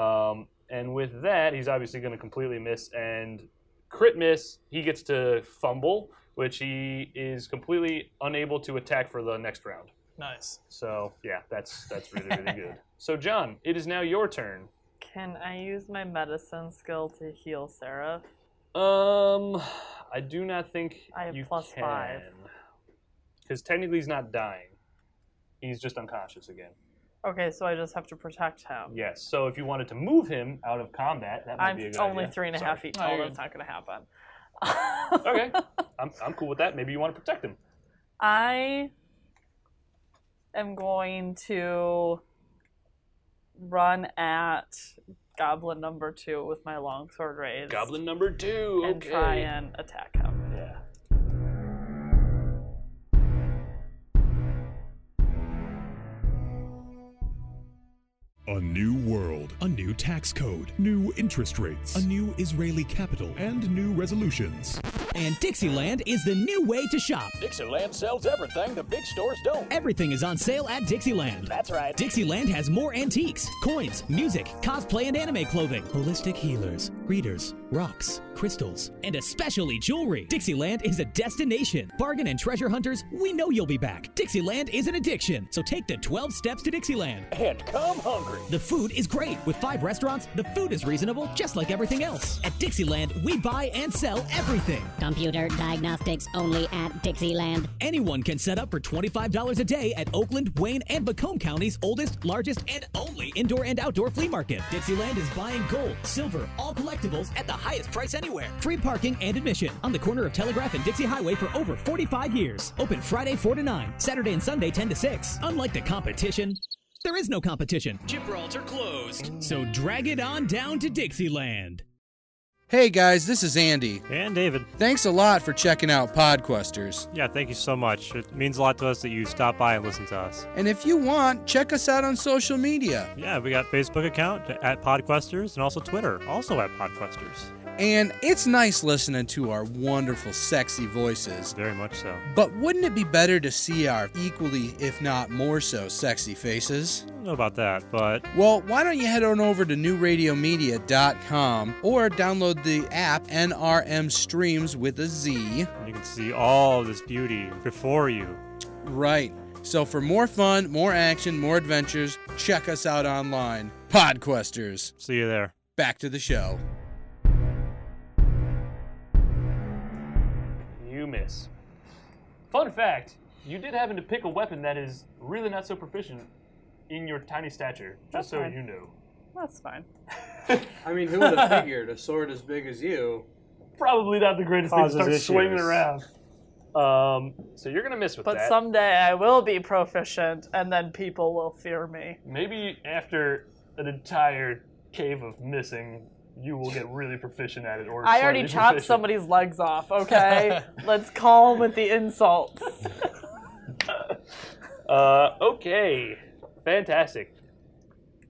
Speaker 4: Um, and with that, he's obviously going to completely miss and crit miss. He gets to fumble, which he is completely unable to attack for the next round.
Speaker 5: Nice.
Speaker 4: So yeah, that's that's really really good. So John, it is now your turn.
Speaker 2: Can I use my medicine skill to heal Seraph?
Speaker 4: Um, I do not think
Speaker 2: I have
Speaker 4: you
Speaker 2: plus five.
Speaker 4: Because technically he's not dying. He's just unconscious again.
Speaker 2: Okay, so I just have to protect him.
Speaker 4: Yes. So if you wanted to move him out of combat, that might
Speaker 2: I'm
Speaker 4: be a good
Speaker 2: only
Speaker 4: idea.
Speaker 2: three and a half feet
Speaker 4: Sorry.
Speaker 2: tall. That's not going to happen.
Speaker 4: Oh, okay. I'm, I'm cool with that. Maybe you want to protect him.
Speaker 2: I am going to run at goblin number two with my longsword raised.
Speaker 4: Goblin number two.
Speaker 2: And try
Speaker 4: okay.
Speaker 2: and attack him.
Speaker 4: Yeah.
Speaker 11: A new world. A new tax code. New interest rates. A new Israeli capital. And new resolutions.
Speaker 10: And Dixieland is the new way to shop.
Speaker 12: Dixieland sells everything the big stores don't.
Speaker 10: Everything is on sale at Dixieland.
Speaker 12: That's right.
Speaker 10: Dixieland has more antiques, coins, music, cosplay, and anime clothing, holistic healers, readers, rocks, crystals, and especially jewelry. Dixieland is a destination. Bargain and treasure hunters, we know you'll be back. Dixieland is an addiction, so take the 12 steps to Dixieland.
Speaker 12: And come hungry.
Speaker 10: The food is great. With five restaurants, the food is reasonable, just like everything else. At Dixieland, we buy and sell everything.
Speaker 13: Computer diagnostics only at Dixieland.
Speaker 10: Anyone can set up for $25 a day at Oakland, Wayne, and Macomb County's oldest, largest, and only indoor and outdoor flea market. Dixieland is buying gold, silver, all collectibles at the highest price anywhere. Free parking and admission on the corner of Telegraph and Dixie Highway for over 45 years. Open Friday 4 to 9, Saturday and Sunday 10 to 6. Unlike the competition, there is no competition. Gibraltar closed. So drag it on down to Dixieland.
Speaker 1: Hey guys, this is Andy. And David. Thanks a lot for checking out Podquesters.
Speaker 3: Yeah, thank you so much. It means a lot to us that you stop by and listen to us.
Speaker 1: And if you want, check us out on social media
Speaker 3: Yeah, we got Facebook account at Podquesters and also Twitter, also at Podquesters.
Speaker 1: And it's nice listening to our wonderful, sexy voices.
Speaker 3: Very much so.
Speaker 1: But wouldn't it be better to see our equally, if not more so, sexy faces?
Speaker 3: I don't know about that, but
Speaker 1: Well, why don't you head on over to newradiomedia.com or download the app NRM Streams with a Z.
Speaker 3: you can see all this beauty before you.
Speaker 1: Right. So for more fun, more action, more adventures, check us out online. Podquesters.
Speaker 3: See you there.
Speaker 1: Back to the show.
Speaker 4: You miss. Fun fact you did happen to pick a weapon that is really not so proficient in your tiny stature, just
Speaker 2: That's
Speaker 4: so
Speaker 2: fine.
Speaker 4: you know.
Speaker 2: That's fine.
Speaker 14: I mean, who would have figured a sword as big as you?
Speaker 4: Probably not the greatest
Speaker 14: Causes
Speaker 4: thing to
Speaker 14: issues.
Speaker 4: start swinging around. Um, so you're going to miss with
Speaker 2: But
Speaker 4: that.
Speaker 2: someday I will be proficient, and then people will fear me.
Speaker 4: Maybe after an entire cave of missing, you will get really proficient at it. Or
Speaker 2: I already
Speaker 4: slightly
Speaker 2: chopped
Speaker 4: proficient.
Speaker 2: somebody's legs off, okay? Let's calm with the insults.
Speaker 4: Uh, okay, fantastic.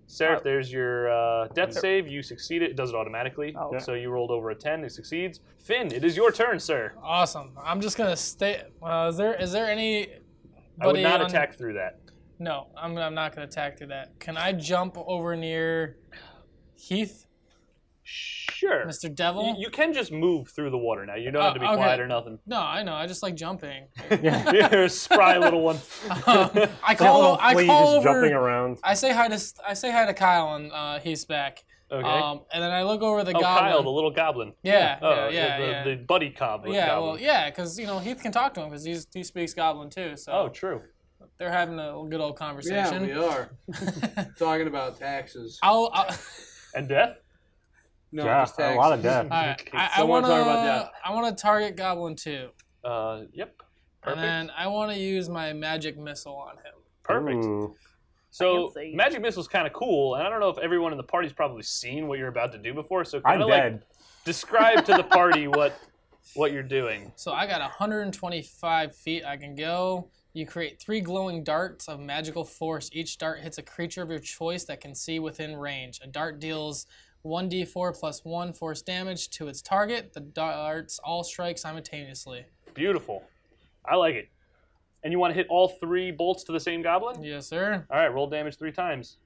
Speaker 4: Seraph, there's your uh, death
Speaker 2: Yep.
Speaker 4: save. You succeed it. It does it automatically. So you rolled over a 10. It succeeds. Finn, it is your turn, sir.
Speaker 5: Awesome. I'm just gonna stay. Uh, is there is there any?
Speaker 4: I would
Speaker 5: buddy
Speaker 4: not
Speaker 5: on-
Speaker 4: attack through that.
Speaker 5: No, I'm, I'm not gonna attack through that. Can I jump over near Heath?
Speaker 4: Sure.
Speaker 5: Mr. Devil?
Speaker 4: You, you can just move through the water now. You don't have to be
Speaker 5: Oh, okay.
Speaker 4: quiet or nothing.
Speaker 5: No, I know. I just like jumping.
Speaker 4: You're a spry little one.
Speaker 5: Um, I
Speaker 4: That
Speaker 5: call.
Speaker 4: little
Speaker 5: I
Speaker 4: flea
Speaker 5: call
Speaker 4: just
Speaker 5: over,
Speaker 4: jumping around.
Speaker 5: I say hi to. I say hi to Kyle, and uh, he's back.
Speaker 4: Okay.
Speaker 5: Um, and then I look over the
Speaker 4: oh,
Speaker 5: goblin.
Speaker 4: Kyle, the little goblin.
Speaker 5: Yeah,
Speaker 4: Oh,
Speaker 5: yeah, yeah,
Speaker 4: the,
Speaker 5: yeah.
Speaker 4: the buddy goblin.
Speaker 5: yeah,
Speaker 4: goblin.
Speaker 5: well, yeah, because you know Heath can talk to him because he's he speaks Goblin too. So.
Speaker 4: Oh, true.
Speaker 5: They're having a good old conversation.
Speaker 1: Yeah, we are talking about taxes.
Speaker 5: I'll, I'll
Speaker 4: and death.
Speaker 1: No,
Speaker 3: Yeah,
Speaker 1: just tax.
Speaker 3: a lot of death.
Speaker 5: Alright, I, I
Speaker 1: So
Speaker 5: want
Speaker 1: wanna
Speaker 5: to.
Speaker 1: talk about death.
Speaker 5: I want to target Goblin two.
Speaker 4: Uh, yep. Perfect.
Speaker 5: And then I want to use my magic missile on him.
Speaker 4: Perfect. So
Speaker 5: Fancy.
Speaker 4: magic missile's kind of cool, and I don't know if everyone in the party's probably seen what you're about to do before. So
Speaker 3: I'm
Speaker 4: kind of like
Speaker 3: dead.
Speaker 4: describe to the party what what you're doing.
Speaker 5: So I got 125 feet I can go. You create three glowing darts of magical force. Each dart hits a creature of your choice that can see within range. A dart deals 1d4 plus 1 force damage to its target. The darts all strike simultaneously.
Speaker 4: Beautiful. I like it. And you want to hit all three bolts to the same goblin?
Speaker 5: Yes, sir.
Speaker 4: All right, roll damage three times.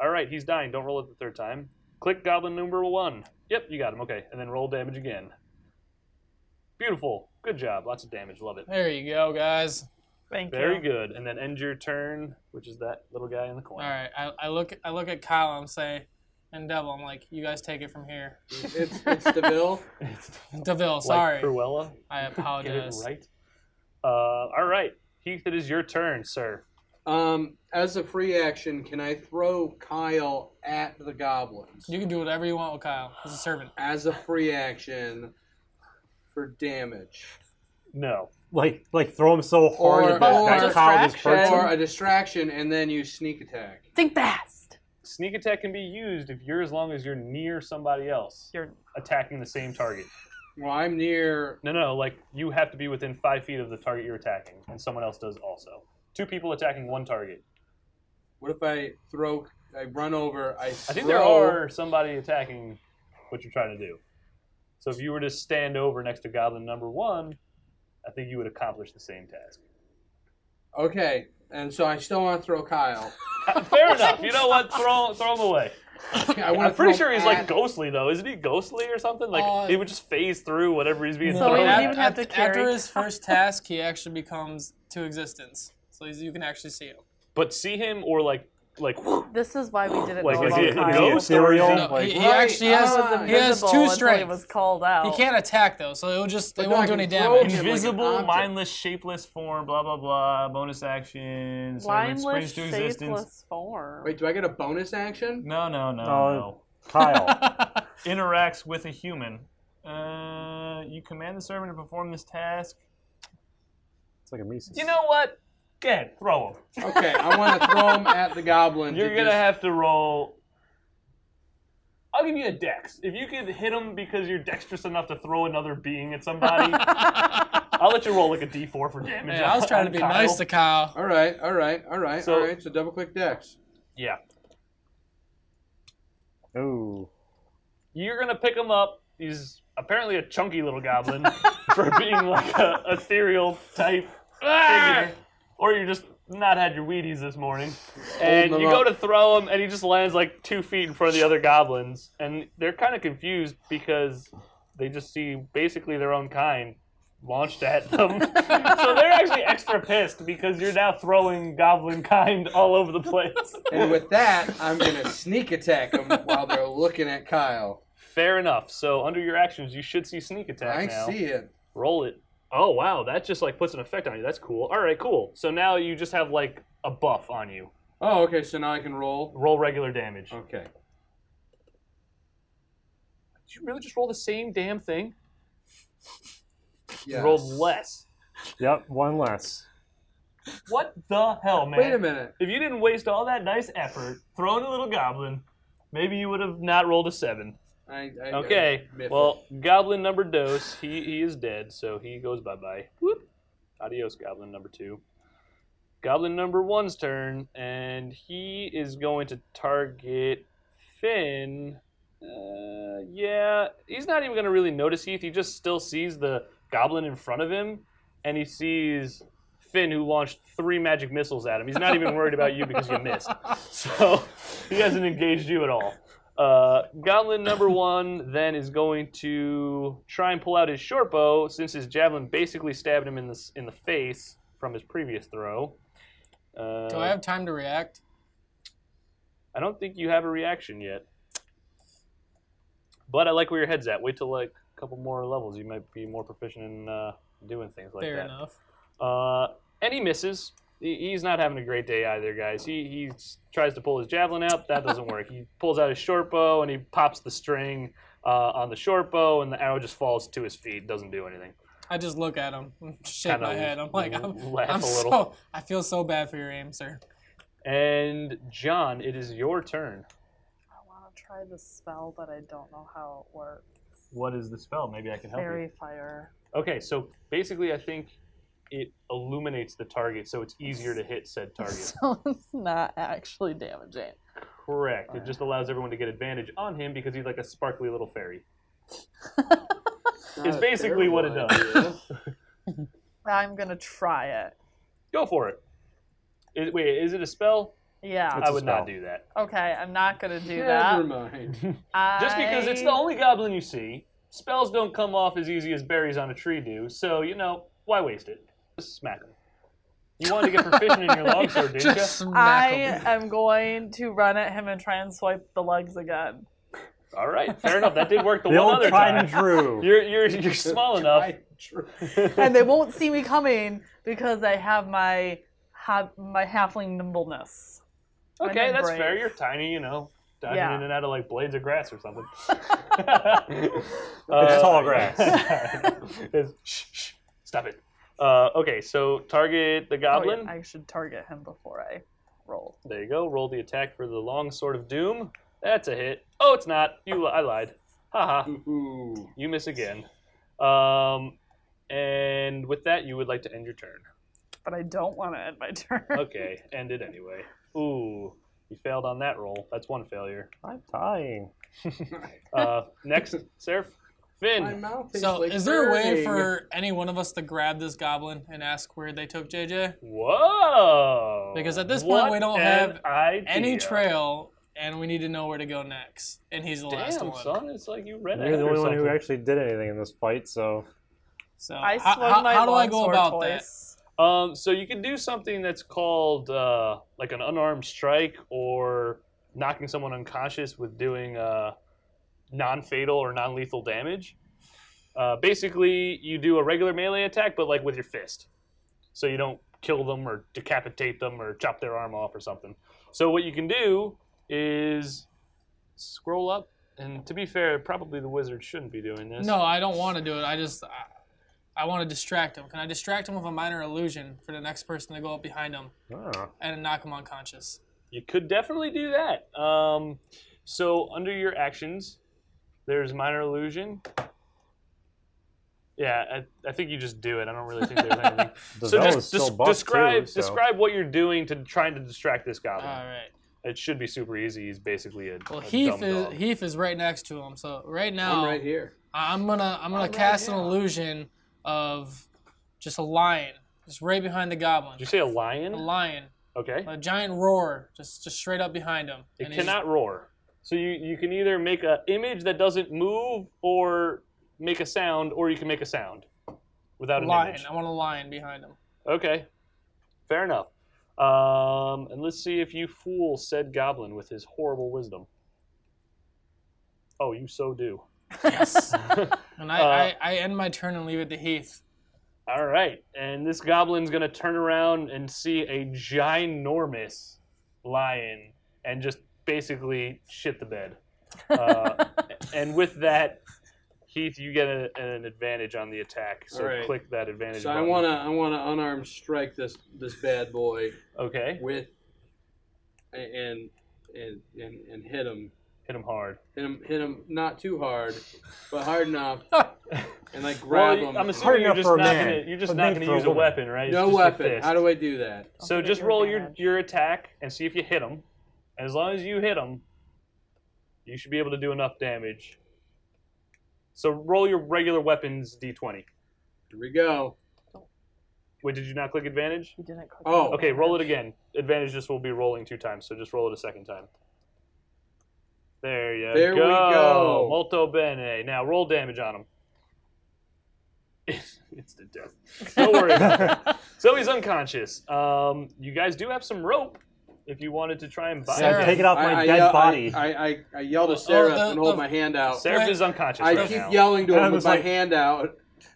Speaker 4: All right, he's dying. Don't roll it the third time. Click goblin number one. Yep, you got him. Okay, and then roll damage again. Beautiful. Good job. Lots of damage. Love it.
Speaker 5: There you go, guys. Thank
Speaker 4: Very good. And then end your turn, which is that little guy in the
Speaker 5: All
Speaker 4: corner.
Speaker 5: right, I, I look I look at Kyle and say, and Devil, I'm like, you guys take it from here.
Speaker 1: It's, it's Deville.
Speaker 5: Deville,
Speaker 4: Like
Speaker 5: sorry.
Speaker 4: Cruella.
Speaker 5: I apologize.
Speaker 4: Get it right. Uh, all right, Heath, it is your turn, sir.
Speaker 1: Um, as a free action, can I throw Kyle at the goblins
Speaker 5: You can do whatever you want with Kyle. He's a servant.
Speaker 1: as a free action for damage?
Speaker 4: No.
Speaker 3: Like like throw him so hard that that Kyle just hurts
Speaker 1: or
Speaker 3: him.
Speaker 1: a distraction, and then you sneak attack.
Speaker 4: Think fast. Sneak attack can be used if you're as long as you're near somebody else. You're attacking the same target.
Speaker 1: Well, I'm near.
Speaker 4: No, no, like you have to be within five feet of the target you're attacking, and someone else does also. Two people attacking one target.
Speaker 1: What if I throw? I run over. I.
Speaker 4: I think there are somebody attacking what you're trying to do. So if you were to stand over next to goblin number one, I think you would accomplish the same task.
Speaker 1: Okay, and so I still want to throw Kyle.
Speaker 4: Fair enough. You know what? Throw throw him away.
Speaker 1: I wanna
Speaker 4: I'm
Speaker 1: throw
Speaker 4: pretty sure he's
Speaker 1: him
Speaker 4: like
Speaker 1: at-
Speaker 4: ghostly though, isn't he? Ghostly or something? Like
Speaker 5: Uh,
Speaker 4: he would just phase through whatever he's being
Speaker 5: But
Speaker 4: thrown.
Speaker 5: af-
Speaker 4: at.
Speaker 5: af- after his first task, he actually becomes to existence, so he's, you can actually see him.
Speaker 4: But see him or like like
Speaker 15: This is why we did it.
Speaker 4: Like,
Speaker 15: all
Speaker 4: is
Speaker 15: along,
Speaker 4: he a
Speaker 15: Kyle.
Speaker 4: ghost or is he- No,
Speaker 5: he, he actually has
Speaker 15: It was
Speaker 5: he has
Speaker 15: invisible
Speaker 5: two
Speaker 15: until It
Speaker 5: strength.
Speaker 15: was called out.
Speaker 5: He can't attack though, so it'll just it
Speaker 15: But no, I
Speaker 5: won't do
Speaker 15: can
Speaker 5: any
Speaker 15: throw him
Speaker 5: damage.
Speaker 15: like an Invisible, object.
Speaker 4: mindless, shapeless form, blah blah blah. Bonus action.
Speaker 15: Mindless, shapeless form.
Speaker 1: Wait, do I get a bonus action?
Speaker 4: No, no, no,
Speaker 3: Uh,
Speaker 4: no.
Speaker 3: Kyle.
Speaker 4: Interacts with a human. Uh, you command the servant to perform this task.
Speaker 3: It's like a Mises.
Speaker 4: You know what? Go ahead, throw him.
Speaker 1: Okay, I want to throw him at the goblin.
Speaker 4: You're
Speaker 1: to
Speaker 4: gonna
Speaker 1: just-
Speaker 4: have to roll. I'll give you a dex. If you could hit him because you're dexterous enough to throw another being at somebody, I'll let you roll like a d4 for damage.
Speaker 5: Yeah, I was trying to
Speaker 4: on
Speaker 5: be
Speaker 4: Kyle.
Speaker 5: nice to Kyle.
Speaker 1: All right, all right, all right,
Speaker 4: So-
Speaker 1: all right. So double click Dex.
Speaker 4: Yeah.
Speaker 3: Ooh.
Speaker 4: You're gonna pick him up. He's apparently a chunky little goblin for being like a ethereal type figure, or you're just not had your Wheaties this morning. And
Speaker 1: him
Speaker 4: you go
Speaker 1: up.
Speaker 4: to throw him, and he just lands like two feet in front of the other goblins, and they're kind of confused because they just see basically their own kind launched at them. so they're actually extra pissed because you're now throwing goblin kind all over the place.
Speaker 1: And with that, I'm gonna sneak attack him while they're looking at Kyle.
Speaker 4: Fair enough. So under your actions, you should see sneak attack.
Speaker 1: I
Speaker 4: now.
Speaker 1: see it.
Speaker 4: Roll it. Oh wow, that just like puts an effect on you. That's cool. All right, cool. So now you just have like a buff on you.
Speaker 1: Oh, okay. So now I can roll.
Speaker 4: Roll regular damage.
Speaker 1: Okay.
Speaker 4: Did you really just roll the same damn thing?
Speaker 1: Yes.
Speaker 4: You rolled less.
Speaker 3: Yep, one less.
Speaker 4: What the hell, man?
Speaker 3: Wait a minute.
Speaker 4: If you didn't waste all that nice effort throwing a little goblin, maybe you would have not rolled a seven.
Speaker 1: I, I,
Speaker 4: Okay.
Speaker 1: I miffed
Speaker 4: Well, goblin number dose, he he is dead, so he goes bye bye. Whoop. Adios, goblin number two. Goblin number one's turn, and he is going to target Finn. Uh, yeah, he's not even going to really notice Heath. He just still sees the goblin in front of him, and he sees Finn, who launched three magic missiles at him. He's not even worried about you because you missed. So he hasn't engaged you at all. Uh, goblin number one then is going to try and pull out his short bow since his javelin basically stabbed him in the s- in the face from his previous throw. Uh,
Speaker 5: Do I have time to react?
Speaker 4: I don't think you have a reaction yet. But I like where your head's at. Wait till like a couple more levels. You might be more proficient in uh, doing things like
Speaker 5: Fair
Speaker 4: that.
Speaker 5: enough.
Speaker 4: Uh, and he misses. He, he's not having a great day either, guys. He he s- tries to pull his javelin out. That doesn't work. He pulls out his short bow and he pops the string uh, on the short bow, and the arrow just falls to his feet. Doesn't do anything.
Speaker 5: I just look at him, shake
Speaker 4: Kinda
Speaker 5: my head. I'm like, I'm,
Speaker 4: laugh
Speaker 5: I'm
Speaker 4: a little.
Speaker 5: so, I feel so bad for your aim, sir.
Speaker 4: And John, it is your turn.
Speaker 15: I want to try the spell, but I don't know how it works.
Speaker 4: What is the spell? Maybe I can help
Speaker 15: Fairy
Speaker 4: you.
Speaker 15: fire.
Speaker 4: Okay, so basically, I think it illuminates the target, so it's easier to hit said target.
Speaker 15: So it's not actually damaging.
Speaker 4: Correct. It just allows everyone to get advantage on him because he's like a sparkly little fairy. it's
Speaker 15: a
Speaker 4: basically what it does.
Speaker 15: I'm gonna try it.
Speaker 4: Go for it. Is, wait, is it a spell?
Speaker 15: Yeah.
Speaker 4: I would not do that.
Speaker 15: Okay, I'm not gonna do
Speaker 4: Never
Speaker 15: that.
Speaker 1: mind.
Speaker 4: Just because it's the
Speaker 15: I-
Speaker 4: only goblin you see, spells don't come off as easy as berries on a tree do. So you know why waste it? Just smack him. You wanted to get proficient in your longsword, didn't you?
Speaker 15: I am going to run at him and try and swipe the legs again.
Speaker 4: All right, fair enough. That did work the,
Speaker 3: The
Speaker 4: one
Speaker 3: old
Speaker 4: other
Speaker 3: tried
Speaker 4: time.
Speaker 3: and true.
Speaker 4: You're you're you're small enough.
Speaker 15: and they won't see me coming because I have my ha- my halfling nimbleness. I'm
Speaker 4: Okay, that's
Speaker 15: brave.
Speaker 4: fair. You're tiny, you know, diving
Speaker 15: Yeah.
Speaker 4: in and out of like blades of grass or something. Uh,
Speaker 3: It's tall grass.
Speaker 4: It's- shh, shh, stop it. Uh, okay, so target the
Speaker 15: Oh, yeah,
Speaker 4: goblin.
Speaker 15: I should target him before I roll.
Speaker 4: There you go. Roll the attack for the long sword of doom. That's a hit. Oh, it's not. You, li- I lied. Haha. You miss again. Um, and with that, you would like to end your turn.
Speaker 15: But I don't want to end my turn.
Speaker 5: Uh,
Speaker 4: Okay, end it anyway. Ooh, you failed on that roll. That's one failure.
Speaker 3: I'm tying.
Speaker 4: Uh, next, Seraph. Finn. My mouth tastes
Speaker 5: So,
Speaker 4: like
Speaker 5: is there a
Speaker 4: burning.
Speaker 5: way for any one of us to grab this goblin and ask where they took JJ?
Speaker 4: Whoa!
Speaker 5: Because at this point,
Speaker 4: What
Speaker 5: we don't
Speaker 4: an
Speaker 5: have any
Speaker 4: idea.
Speaker 5: trail, and we need to know where to go next. And he's the last
Speaker 4: Damn,
Speaker 5: one.
Speaker 4: son, it's like you read
Speaker 3: You're
Speaker 4: ahead
Speaker 3: the
Speaker 4: or
Speaker 3: only one who
Speaker 4: something.
Speaker 3: actually did anything in this fight, so
Speaker 5: So
Speaker 15: I
Speaker 5: how,
Speaker 15: swung
Speaker 5: how-
Speaker 15: my
Speaker 5: how do I go
Speaker 15: longsword
Speaker 5: about
Speaker 15: twice.
Speaker 4: Um, so you can do something that's called uh, like an unarmed strike or knocking someone unconscious with doing uh, non-fatal or non-lethal damage. Uh, basically, you do a regular melee attack, but like with your fist, so you don't kill them or decapitate them or chop their arm off or something. So what you can do is scroll up, and to be fair, probably the wizard shouldn't be doing
Speaker 5: that?
Speaker 4: this.
Speaker 5: No, I don't want to do it. I just I, I want to distract him. Can I distract him with a minor illusion for the next person to go up behind him
Speaker 3: Ah.
Speaker 5: and knock him unconscious?
Speaker 4: You could definitely do that. Um, so under your actions, there's minor illusion. Yeah, I, I think you just do it. I don't really think there's anything.
Speaker 3: The
Speaker 4: so
Speaker 3: Vel
Speaker 4: just
Speaker 3: is still
Speaker 4: des-
Speaker 3: buffed too,
Speaker 4: describe
Speaker 3: so-
Speaker 4: describe what you're doing to trying to distract this goblin.
Speaker 5: All right.
Speaker 4: It should be super easy. He's basically a,
Speaker 5: Well,
Speaker 4: a dumb
Speaker 5: Heath
Speaker 4: dog.
Speaker 5: is Heath is right next to him. So right now,
Speaker 1: right here.
Speaker 5: I- I'm gonna I'm gonna
Speaker 1: I'm right
Speaker 5: cast
Speaker 1: here.
Speaker 5: an illusion of just a lion, just right behind the goblin.
Speaker 4: Did you say a lion?
Speaker 5: A lion,
Speaker 4: Okay.
Speaker 5: a giant roar, just just straight up behind him.
Speaker 4: It
Speaker 5: And he's-
Speaker 4: cannot roar. So you, you can either make an image that doesn't move or make a sound, or you can make a sound without an
Speaker 5: lion.
Speaker 4: image.
Speaker 5: I want a lion behind him.
Speaker 4: Okay, fair enough. Um, and let's see if you fool said goblin with his horrible wisdom. Oh, you so do.
Speaker 5: Yes. and I,
Speaker 4: Uh,
Speaker 5: I, I end my turn and leave it to Heath.
Speaker 4: All right, and this goblin's gonna turn around and see a ginormous lion and just basically shit the bed. Uh, and with that, Heath, you get a, an advantage on the attack. So
Speaker 1: All right.
Speaker 4: click that advantage.
Speaker 1: So I
Speaker 4: button.
Speaker 1: wanna I wanna unarmed strike this this bad boy.
Speaker 4: Okay.
Speaker 1: With and and and, and hit him.
Speaker 4: Hit him hard.
Speaker 1: Hit him hit him not too hard, but hard enough. and like grab
Speaker 4: Well,
Speaker 1: him.
Speaker 4: I'm assuming Hard you're enough just for a not man, gonna- you're just but not made gonna for a use a woman. weapon, right?
Speaker 1: No
Speaker 4: It's just your
Speaker 1: weapon.
Speaker 4: fist.
Speaker 1: How do I do that?
Speaker 4: So just roll your, your attack and see if you hit him. As long as you hit him, you should be able to do enough damage. So roll your regular weapons
Speaker 1: Here
Speaker 4: d20.
Speaker 1: we go.
Speaker 4: Wait, did you not click advantage?
Speaker 15: You didn't click
Speaker 1: Oh.
Speaker 4: Okay, roll it again. Advantage just will be rolling two times, so just roll it a second time. There you
Speaker 1: There we
Speaker 4: go.
Speaker 1: go.
Speaker 4: Molto bene. Now roll damage on him. it's the death. Don't worry about it. So he's unconscious. Um, you guys do have some rope if you wanted to try and buy
Speaker 3: Yeah, take it off my dead
Speaker 1: yell-
Speaker 3: body.
Speaker 1: I, I, I, I yelled at Seraph
Speaker 4: the-
Speaker 1: and hold
Speaker 4: the-
Speaker 1: my hand out.
Speaker 4: Seraph is unconscious
Speaker 1: I
Speaker 4: right
Speaker 1: keep
Speaker 4: now.
Speaker 1: yelling to
Speaker 4: And I
Speaker 1: him with
Speaker 4: was
Speaker 1: my
Speaker 4: like-
Speaker 1: hand out,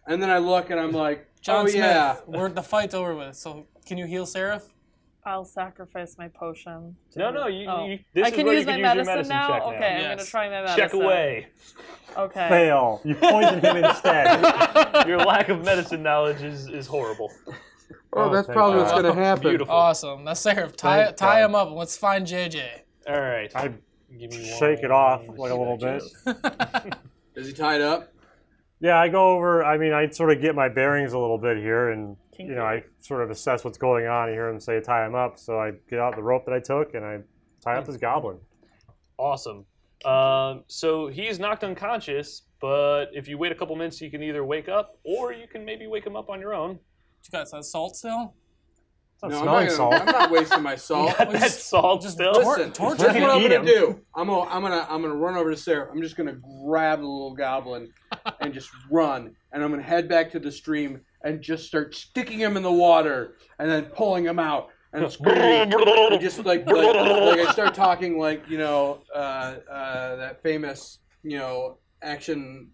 Speaker 1: and then I look and I'm like,
Speaker 5: John
Speaker 1: oh
Speaker 5: Smith,
Speaker 1: yeah.
Speaker 5: we're, the fight's over with. So can you heal Seraph?
Speaker 15: I'll sacrifice my potion. to- Oh.
Speaker 4: No, no, you- you-
Speaker 5: this
Speaker 15: I
Speaker 5: is
Speaker 15: can
Speaker 5: where you
Speaker 15: use
Speaker 5: can
Speaker 15: my
Speaker 5: use your
Speaker 15: medicine,
Speaker 5: medicine
Speaker 15: now.
Speaker 5: check now.
Speaker 15: Okay, I'm gonna
Speaker 5: Yes.
Speaker 15: try my medicine.
Speaker 4: Check away.
Speaker 15: Okay.
Speaker 3: Fail. You poison him instead.
Speaker 4: Your lack of medicine knowledge is, is horrible.
Speaker 1: Oh, that's
Speaker 4: thank
Speaker 1: probably
Speaker 4: God.
Speaker 1: what's going to happen.
Speaker 4: Beautiful.
Speaker 5: Awesome. That's Seraph. Tie,
Speaker 3: Thank
Speaker 5: tie him up and let's find JJ.
Speaker 4: All right.
Speaker 3: I
Speaker 4: Give me
Speaker 3: shake it off like a little bit.
Speaker 1: Is he tied up?
Speaker 3: Yeah, I go over. I mean, I sort of get my bearings a little bit here, and you know, I sort of assess what's going on. I hear him say tie him up, so I get out the rope that I took and I tie up this goblin.
Speaker 4: Awesome. Um, so he is knocked unconscious, but if you wait a couple minutes, you can either wake up or you can maybe wake him up on your own.
Speaker 5: You got some salt still?
Speaker 1: No, I'm not, gonna, I'm not wasting my salt.
Speaker 4: Got that salt still.
Speaker 1: Listen,
Speaker 5: torture
Speaker 1: here's
Speaker 5: him.
Speaker 1: what I'm
Speaker 5: Eat
Speaker 1: gonna
Speaker 5: him.
Speaker 1: do. I'm gonna, I'm gonna, I'm gonna run over to Sarah. I'm just gonna grab the little goblin and just run, and I'm gonna head back to the stream and just start sticking him in the water and then pulling him out and screaming. And just like, like, like I start talking like you know uh, uh, that famous you know action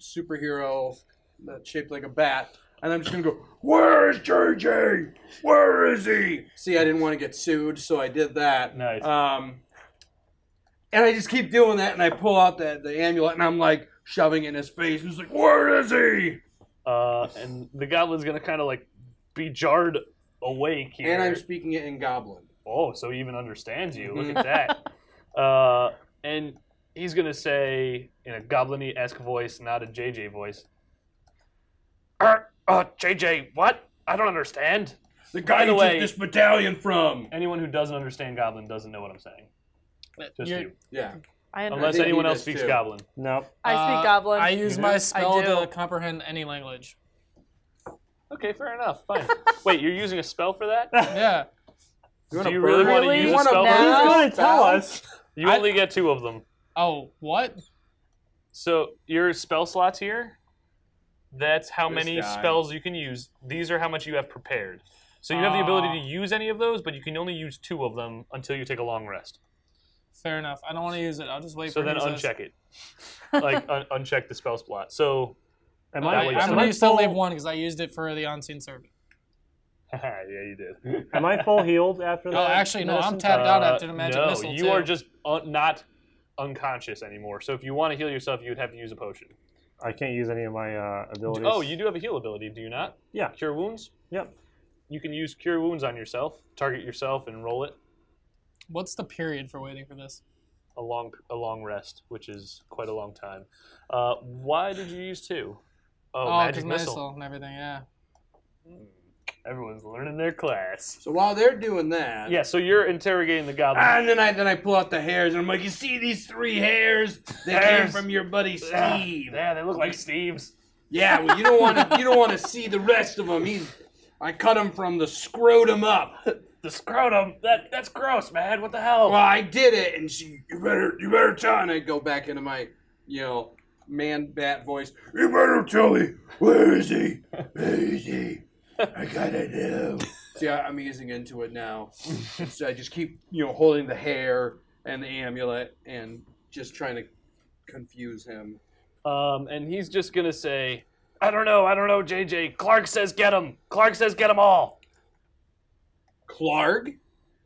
Speaker 1: superhero that's shaped like a bat. And I'm just gonna go. Where is JJ? Where is he? See, I didn't want to get sued, so I did that.
Speaker 4: Nice.
Speaker 1: Um, and I just keep doing that, and I pull out the, the amulet, and I'm like shoving it in his face. And he's like, "Where is he?"
Speaker 4: Uh, and the goblin's gonna kind of like be jarred awake here.
Speaker 1: And I'm speaking it in Goblin.
Speaker 4: Oh, so he even understands you. Look at that. Uh, and he's gonna say in a goblin esque voice, not a JJ voice. Er, uh, JJ, what? I don't understand.
Speaker 1: The
Speaker 4: By
Speaker 1: guy
Speaker 4: the
Speaker 1: you
Speaker 4: way-
Speaker 1: took this medallion from.
Speaker 4: Anyone who doesn't understand Goblin doesn't know what I'm saying. Just
Speaker 5: You're-
Speaker 4: you.
Speaker 1: Yeah.
Speaker 15: I
Speaker 5: am- I
Speaker 4: Unless
Speaker 5: think
Speaker 4: anyone
Speaker 5: he
Speaker 4: else
Speaker 5: does
Speaker 4: speaks
Speaker 5: too.
Speaker 4: Goblin.
Speaker 3: No.
Speaker 15: I speak
Speaker 5: Uh,
Speaker 15: Goblin.
Speaker 5: I
Speaker 4: Mhm.
Speaker 5: use
Speaker 15: You
Speaker 5: my
Speaker 15: do?
Speaker 5: spell
Speaker 15: I do.
Speaker 5: to comprehend any language.
Speaker 4: Okay, fair enough. Fine. Wait, you're using a spell for that?
Speaker 5: Yeah.
Speaker 4: Do you really want to use a spell? for that? You only get two of them.
Speaker 5: Oh, what?
Speaker 4: So your spell slots here. That's how
Speaker 5: This
Speaker 4: many
Speaker 5: guy.
Speaker 4: spells you can use. These are how much you have prepared. So you have the ability
Speaker 5: Ah.
Speaker 4: to use any of those, but you can only use two of them until you take a long rest.
Speaker 5: Fair enough. I don't want to use it. I'll just wait
Speaker 4: so
Speaker 5: for
Speaker 4: then
Speaker 5: who says-
Speaker 4: uncheck it. like un- uncheck the spell slot. So
Speaker 3: Am
Speaker 5: I,
Speaker 4: That way-
Speaker 5: I'm going to still leave one because I used it for the unseen servant.
Speaker 4: yeah, you did.
Speaker 3: Am I full healed after
Speaker 4: Oh,
Speaker 5: No,
Speaker 3: that?
Speaker 5: Oh, actually, no, I'm
Speaker 3: medicine?
Speaker 5: tapped out after the
Speaker 4: Uh,
Speaker 5: magic
Speaker 4: no,
Speaker 5: missile.
Speaker 4: you
Speaker 5: too.
Speaker 4: are just un- not unconscious anymore. So if you want to heal yourself, you would have to use a potion.
Speaker 3: I can't use any of my uh, abilities.
Speaker 4: Oh, you do have a heal ability, do you not?
Speaker 3: Yeah.
Speaker 4: Cure wounds.
Speaker 3: Yep.
Speaker 4: You can use cure wounds on yourself. Target yourself and roll it.
Speaker 5: What's the period for waiting for this?
Speaker 4: A long, a long rest, which is quite a long time. Uh, why did you use two? Oh, magic
Speaker 5: 'cause
Speaker 4: missile.
Speaker 5: and everything. Yeah.
Speaker 4: Everyone's learning their class.
Speaker 1: So while they're doing that,
Speaker 4: Yeah. So you're interrogating the goblin.
Speaker 3: Ah,
Speaker 1: and then I then I pull out the hairs, and I'm like, "You see these three hairs? They came
Speaker 4: Hairs.
Speaker 1: from your buddy
Speaker 4: Yeah,
Speaker 1: Steve."
Speaker 4: Yeah, they look like Steve's.
Speaker 1: Yeah, well, you don't want to you don't want to see the rest of him. He's I cut him from the scrotum up.
Speaker 4: The scrotum. That that's gross, man. What the hell?
Speaker 1: Oh, Well, I did it, and she you better you better tell. And I go back into my you know man bat voice. You better tell me where is he? Where is he? I gotta know. See, I, I'm easing into it now. so I just keep you know holding the hair and the amulet and just trying to confuse him.
Speaker 4: Um, and he's just gonna say, I don't know, I don't know, JJ. Clark says get him. Clark says get them all.
Speaker 1: Clark?